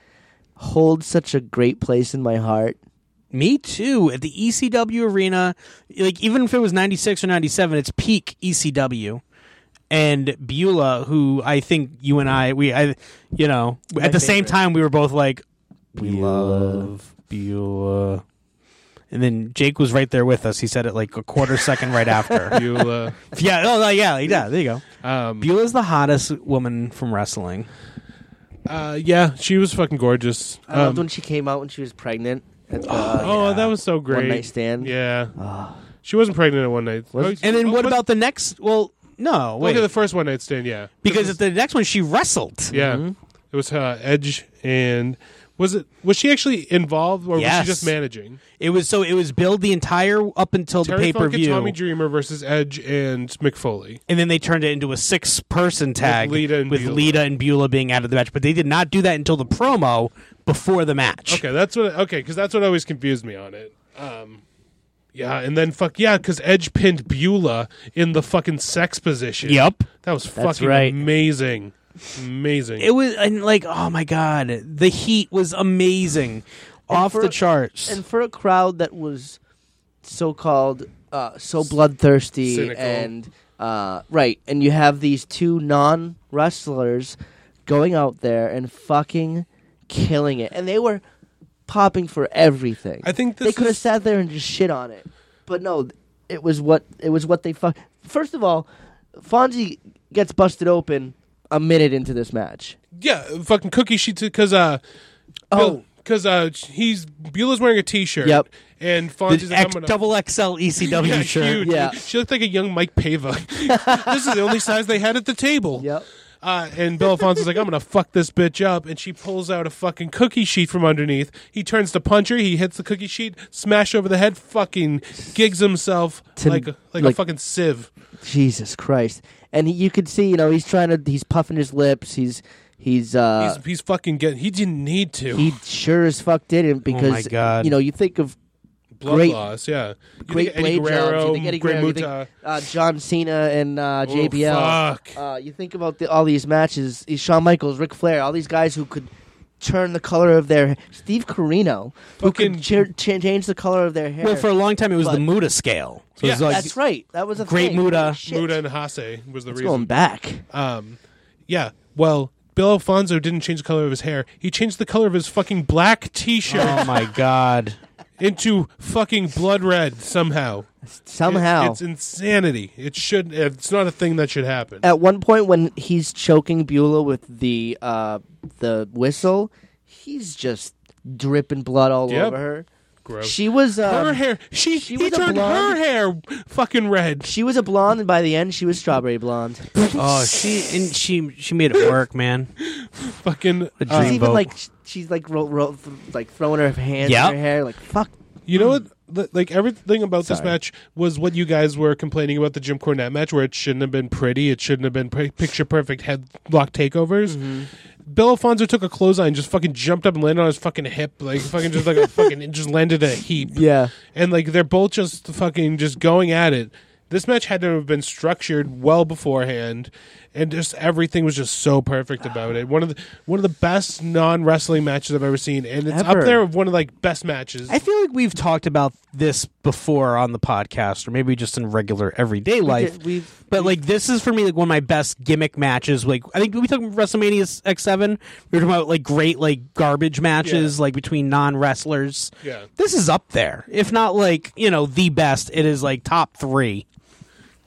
C: holds such a great place in my heart.
B: Me too. At the ECW arena, like even if it was ninety six or ninety seven, it's peak ECW. And Beulah, who I think you and I, we, I, you know, at the same
C: favorite.
B: time, we were both like, we
C: Beulah.
B: love Beulah. And then Jake was right there with us. He said it like a quarter second right after.
D: Beulah.
B: yeah. Oh, no, yeah. Yeah. There you go.
D: Um,
B: Beulah's the hottest woman from wrestling.
D: uh, yeah, she was fucking gorgeous.
C: I loved
D: Um,
C: when she came out when she was pregnant. At the,
D: oh, that was so great.
C: one night stand. Ah.
D: Yeah. she wasn't pregnant at one night.
C: Was-
D: Oh,
B: And then
D: oh,
B: what
D: was-
B: about the next? Well, no.
D: Look
B: Wait.
D: at the first one night stand, yeah.
B: because at the next one, she wrestled.
D: Yeah.
C: Mm-hmm.
D: It was uh, Edge and was it was she actually involved or was
B: Yes.
D: she just managing?
B: It was so it was billed the entire up until the
D: Terry
B: pay per
D: Funk and
B: view,
D: Tommy Dreamer versus Edge and McFoley.
B: and then they turned it into a six person tag
D: Lita and
B: with
D: Beulah.
B: Lita and Beulah being out of the match. But they did not do that until the promo before the match.
D: Okay, that's what okay, because that's what always confused me on it. Um yeah, and then fuck yeah, because Edge pinned Beulah in the fucking sex position.
B: Yep.
D: that was
C: That's
D: fucking
C: right.
D: amazing, amazing.
B: It was and like oh my god, the heat was amazing, off
C: for-
B: the charts.
C: And for a crowd that was so called uh, so bloodthirsty
D: Cynical.
C: and uh, right, and you have these two non wrestlers going out there and fucking killing it, and they were popping for everything.
D: I think
C: they
D: this
C: could have
D: is
C: sat there and just shit on it, but no, it was what it was what they fuck. First of all, Fonzie gets busted open a minute into this match.
D: yeah, fucking cookie sheets because uh
C: Oh.
D: because uh he's Beulah's wearing a T-shirt.
C: Yep.
D: and Fonzie's
B: the
D: like, I'm
B: X,
D: gonna-
B: double XL ECW
D: Yeah,
B: shirt.
D: huge.
C: Yeah.
D: She looked like a young Mike Pava. this is the only size they had at the table.
C: Yep.
D: Uh, and Belafonte's like, I'm going to fuck this bitch up. And she pulls out a fucking cookie sheet from underneath. He turns to punch her. He hits the cookie sheet, smash over the head, fucking gigs himself
C: To-
D: like, a, like, a
C: like-
D: fucking sieve.
C: Jesus Christ! And he, you could see, you know, he's trying to, he's puffing his lips. He's, he's, uh,
D: he's, he's fucking getting, he didn't need to.
C: he sure as fuck
D: Oh
C: didn't because
B: my God.
C: you know you think of
D: Blood
C: great-
D: loss, yeah. You
C: great
D: think Eddie
C: blade jobs, you think Eddie Guerrero, you
D: Great
C: think
D: Muta.
C: uh, John Cena and uh,
D: Oh,
C: JBL.
D: fuck.
C: Uh, you think about the, all these matches: these Shawn Michaels, Ric Flair, all these guys who could turn the color of their Steve Carino, who
D: Fucking-
C: could cheer, cha- change the color of their hair.
B: Well, for a long time it was the
C: But-
B: Muda scale. So it was
D: Yeah.
B: like,
C: that's right, that was a
B: Great
C: thing.
B: Muta.
C: Shit.
D: Muta and Hase was the
C: It's
D: reason.
C: going back.
D: Um, yeah. Well, Bill Alfonso didn't change the color of his hair. He changed the color of his fucking black T-shirt
B: oh my god.
C: Oh.
D: into fucking blood red somehow.
C: Somehow,
D: It- it's insanity. It should. It's not a thing that should happen.
C: at one point when he's choking Beulah with the uh, the whistle, he's just dripping blood all
D: Yep.
C: over her.
D: Gross.
C: She was um,
D: her hair. She,
C: she
D: he
C: was a
D: turned her
C: blonde.
D: hair fucking red.
C: She was a blonde, and by the end, she was strawberry blonde.
B: Oh, she and she she made it work, man.
D: Fucking.
B: A
D: uh,
C: She's even
B: Dreamboat.
C: like sh- she's like ro- ro- th- like throwing her hands
B: Yep.
C: in her hair, like fuck.
D: you know what? Li- Like everything about this
C: Hmm. Sorry.
D: match was what you guys were complaining about the Jim Cornette match, where it shouldn't have been pretty. It shouldn't have been pre- picture perfect headlock takeovers.
C: Mm-hmm.
D: Bill Alfonso took a clothesline, just fucking jumped up and landed on his fucking hip, like fucking just like a fucking just landed in a heap.
C: Yeah,
D: and like they're both just fucking just going at it. This match had to have been structured well beforehand, and just everything was just so perfect about it. One of the one of the best non wrestling matches I've ever seen, and it's
C: Ever.
D: up there with one of like best matches.
B: I feel like we've talked about this before on the podcast, or maybe just in regular everyday life.
C: we've-
B: but like this is for me like one of my best gimmick matches. Like I think we talked about WrestleMania X Seven. We were talking about like great like garbage matches like between non wrestlers.
D: Yeah.
B: this is up there, if not like you know the best. It is like top three.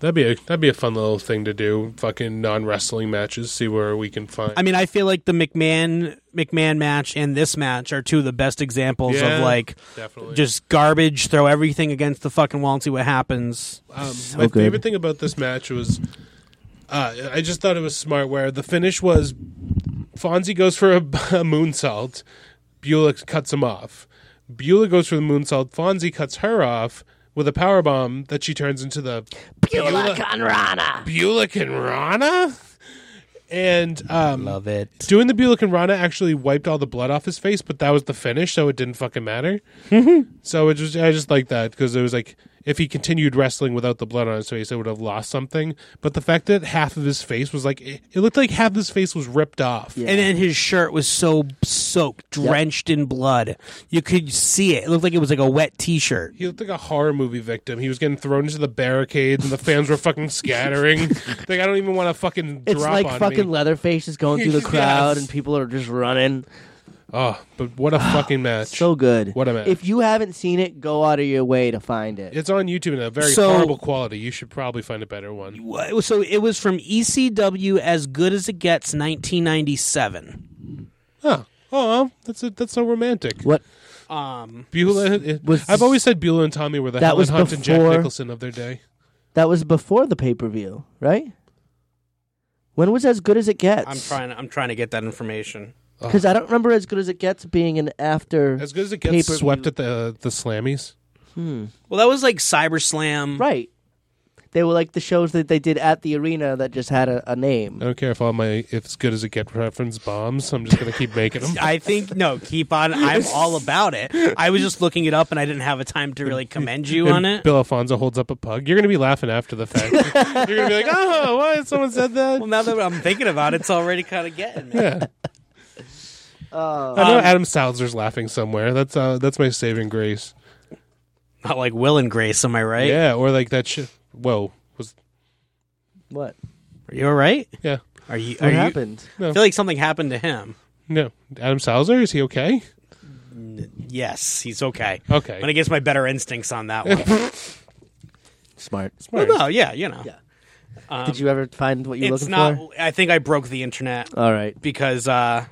D: that'd be a that'd be a fun little thing to do. Fucking non wrestling matches. See where we can find.
B: I mean, I feel like the McMahon McMahon match and this match are two of the best examples
D: Yeah,
B: of like
D: definitely.
B: just garbage. Throw everything against the fucking wall and see what happens.
D: Um, my
C: good.
D: favorite thing about this match was, uh, I just thought it was smart. Where the finish was, Fonzie goes for a, a moonsault, Beulah cuts him off. Beulah goes for the moonsault. Fonzie cuts her off with a power bomb that she turns into the Beulah Kanrana. Beulah Kanrana? And um,
B: Love it.
D: Doing the Beulah and Rana actually wiped all the blood off his face, but that was the finish, so it didn't fucking matter. so it just, I just like that because it was like if he continued wrestling without the blood on his face, it would have lost something. But the fact that half of his face was like it, it looked like half of his face was ripped off.
C: Yeah.
B: And then his shirt was so soaked, drenched in blood. You could see it. It looked like it was like a wet T-shirt.
D: He looked like a horror movie victim. He was getting thrown into the barricades, and the fans were fucking scattering. like I don't even want to fucking
C: It's
D: drop
C: like
D: on
C: fucking
D: me.
C: Leatherface is going through the
D: Yes.
C: crowd and people are just running.
D: oh, but what a fucking match!
C: So good.
D: What a match.
C: If you haven't seen it, go out of your way to find it.
D: it's on YouTube in a very
B: So-
D: horrible quality. You should probably find a better one.
B: Wha- So it was from ECW As Good as It Gets, 1997.
D: Huh. Oh, that's a, that's so romantic.
C: what
B: Um,
D: Beulah. It,
C: Was-
D: I've always said Beulah and Tommy were the
C: That
D: Helen
C: was
D: Hunt and Jack
C: before-
D: Nicholson of their day.
C: that was before the pay per view, right? When was as good as it gets?
B: I'm trying. I'm trying to get that information.
C: because I don't remember as good as it gets being an after.
D: As good as it gets,
C: Pay-per-view.
D: swept at the the Slammies.
B: Well, that was like Cyber Slam.
C: right. They were like the shows that they did at the arena that just had a, a name.
D: I don't care if all my if it's good as it get reference bombs. I'm just gonna keep making them.
B: I think no. Keep on. I'm all about it. I was just looking it up, and I didn't have a time to really commend you
D: And
B: on it.
D: Bill Alfonso holds up a pug. You're gonna be laughing after the fact. You're gonna be like, oh, why someone said that?
B: Well, now that I'm thinking about it, it's already kind of getting me. Um,
D: I know Adam Salzer's laughing somewhere. That's uh, that's my saving grace.
B: Not like Will and Grace, am I right?
D: Yeah, or like that shit. Whoa, was
C: What?
B: Are you all right?
D: yeah.
B: Are you? Are
C: What
B: you-
C: happened?
B: I feel like something happened to him.
D: No, Adam Salzer is he okay?
B: Yes, he's okay.
D: Okay.
B: But against my better instincts on that one.
C: Smart.
B: well, no, yeah, you know.
C: Yeah.
D: Um,
C: Did you ever find what you're
B: It's
C: looking
B: not
C: for?
B: I think I broke the internet
C: All right.
B: because uh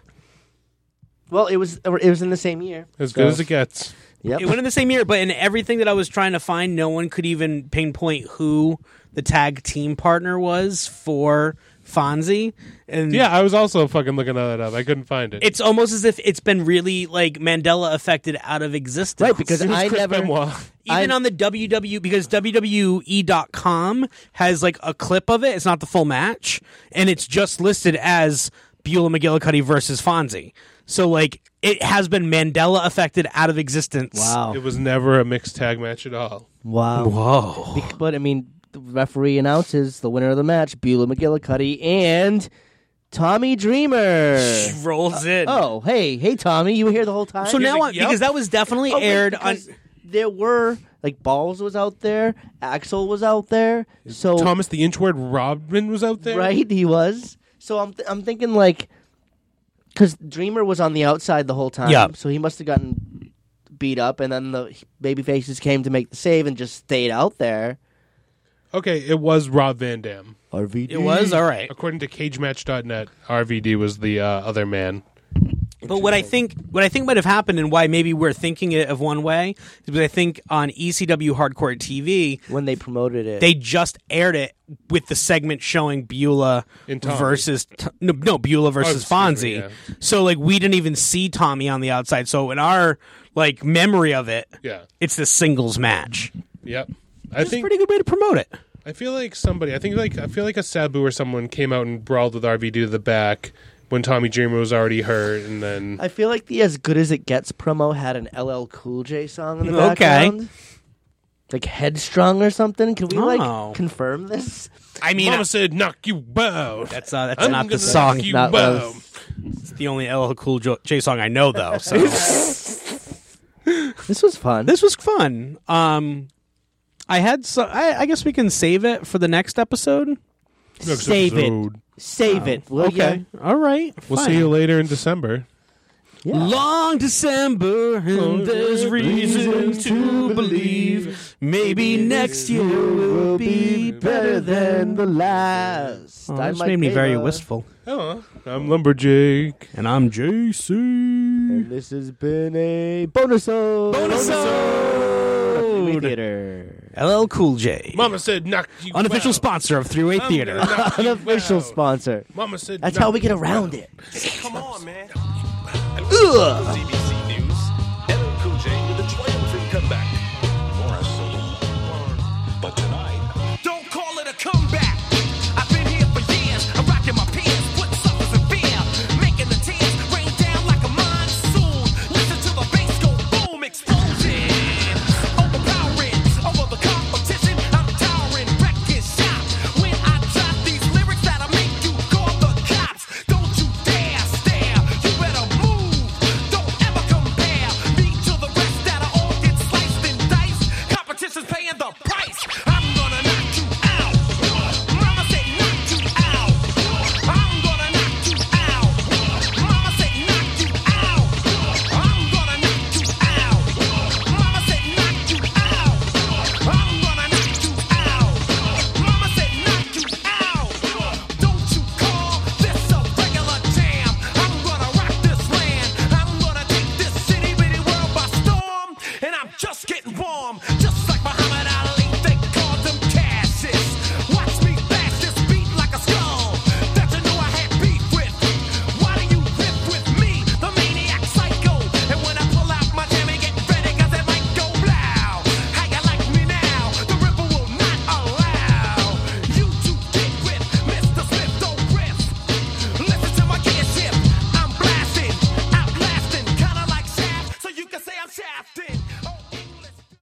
C: Well, it was it was in the same year.
D: As good as it gets.
C: Yep.
B: it went in the same year, but in everything that I was trying to find, no one could even pinpoint who the tag team partner was for Fonzie. And
D: Yeah, I was also fucking looking that up. I couldn't find it.
B: it's almost as if it's been really like Mandela affected out of existence.
C: right because
D: It was
C: I
D: Chris
C: never.
D: Benoit.
B: even
C: I-
B: on the WW because WWE.com has like a clip of it. It's not the full match, and it's just listed as Beulah McGillicuddy versus Fonzie. So like it has been Mandela affected out of existence.
D: It
C: Wow.
D: was never a mixed tag match at all.
C: Wow.
B: Whoa.
C: Bec- But I mean, the referee announces the winner of the match: Beulah McGillicuddy and Tommy Dreamer.
B: Rolls in.
C: Oh, hey, hey, Tommy, you were here the whole time.
B: So now
D: like,
B: I,
D: yep.
B: because that was definitely
C: Oh, wait,
B: aired on
C: because There were like Balls was out there, Axel was out there. So
D: Thomas the Inchward Robin was out there.
C: right, he was. So I'm th- I'm thinking like, because Dreamer was on the outside the whole time.
B: Yeah.
C: So he must have gotten beat up, and then the baby faces came to make the save and just stayed out there.
D: Okay, it was Rob Van Dam.
C: RVD.
B: it
D: Mm-hmm.
B: was all right.
D: According to cagematch.net, RVD was the uh, other man.
B: But what I think what I think might have happened and why maybe we're thinking it of one way is because I think on ECW Hardcore TV
C: when they promoted it.
B: they just aired it with the segment showing Beulah
D: And Tommy.
B: versus no, no Beulah versus
D: Oh,
B: Fonzie.
D: excuse me,
B: So like we didn't even see Tommy on the outside. So in our like memory of it,
D: Yeah.
B: it's the singles match.
D: Yep. I
B: It's a
D: think
B: pretty good way to promote it.
D: I feel like somebody. I think like I feel like a Sabu or someone came out and brawled with RVD to the back when Tommy Dreamer was already hurt, and then
C: I feel like the "As Good as It Gets" promo had an LL Cool J song in the
B: Okay.
C: background, like "Headstrong" or something. Can we
B: Oh.
C: like confirm this?
B: I mean,
D: Mama said, "Knock you out."
B: that's uh, that's
D: I'm
B: not the
D: gonna
B: song.
D: knock you
C: Not
D: out.
C: those.
B: It's the only LL Cool J song I know though. So
C: This was fun.
B: this was fun. Um, I had so I, I guess we can save it for the next episode.
D: Next
C: save it,
D: episode.
C: save it. Will
B: Okay,
C: ya?
B: all right.
D: We'll
B: fine.
D: see you later in December.
C: Yeah.
B: Long December, and there's reason to believe maybe next year will be better than the.
C: last.
B: Oh,
C: I
B: this
C: might
B: made me
C: pay
B: very
C: the-
B: wistful. Oh.
D: Hello, I'm Lumberjake.
B: And I'm JC.
C: And this has been a bonus. Theater.
B: LL Cool J,
D: Mama said, "Knock you
B: unofficial
D: out."
B: sponsor of Three Way
D: I'm
B: Theater.
D: gonna knock you
C: Unofficial
D: out.
C: sponsor.
D: Mama said,
C: That's
D: "Knock
C: how we get
D: you out."
C: around it.
F: Come on, man. Ugh. CBC News. LL Cool J comeback or a salute. But tonight,
G: Don't call it a comeback. I've been here for years. I'm rocking my peers, putting suckers in fear, making the tears rain down like a monsoon. Listen to the bass go boom, explosion. Overpowering, over the competition. I'm towering, wrecking shop. When I drop these lyrics that'll make you call the cops. Don't you dare stare. You better move. Don't ever compare me to the rest that'll all get sliced and diced. Competition's paying the price. I'm gonna knock you out. Mama said knock you out. I'm gonna knock you out. Mama said knock you out. I'm gonna knock you out. Mama said knock you out. I'm gonna knock you out. Mama said knock you out. Don't you call this a regular jam? I'm gonna rock this land. I'm gonna take this city, bitty world by storm. And I'm just getting warm, just like Muhammad Ali. They called them Cassis. Watch me bash this beat like a skull. That you know I had beef with. Why do you rip with me, the maniac psycho? And when I pull out my jam and get ready, 'cause it might go loud. How you like me now? The river will not allow you to get with Mr. Smith. Don't riff. Listen to my gear shift. I'm blasting, outlasting, kinda like Shaft. So you can say I'm shafted.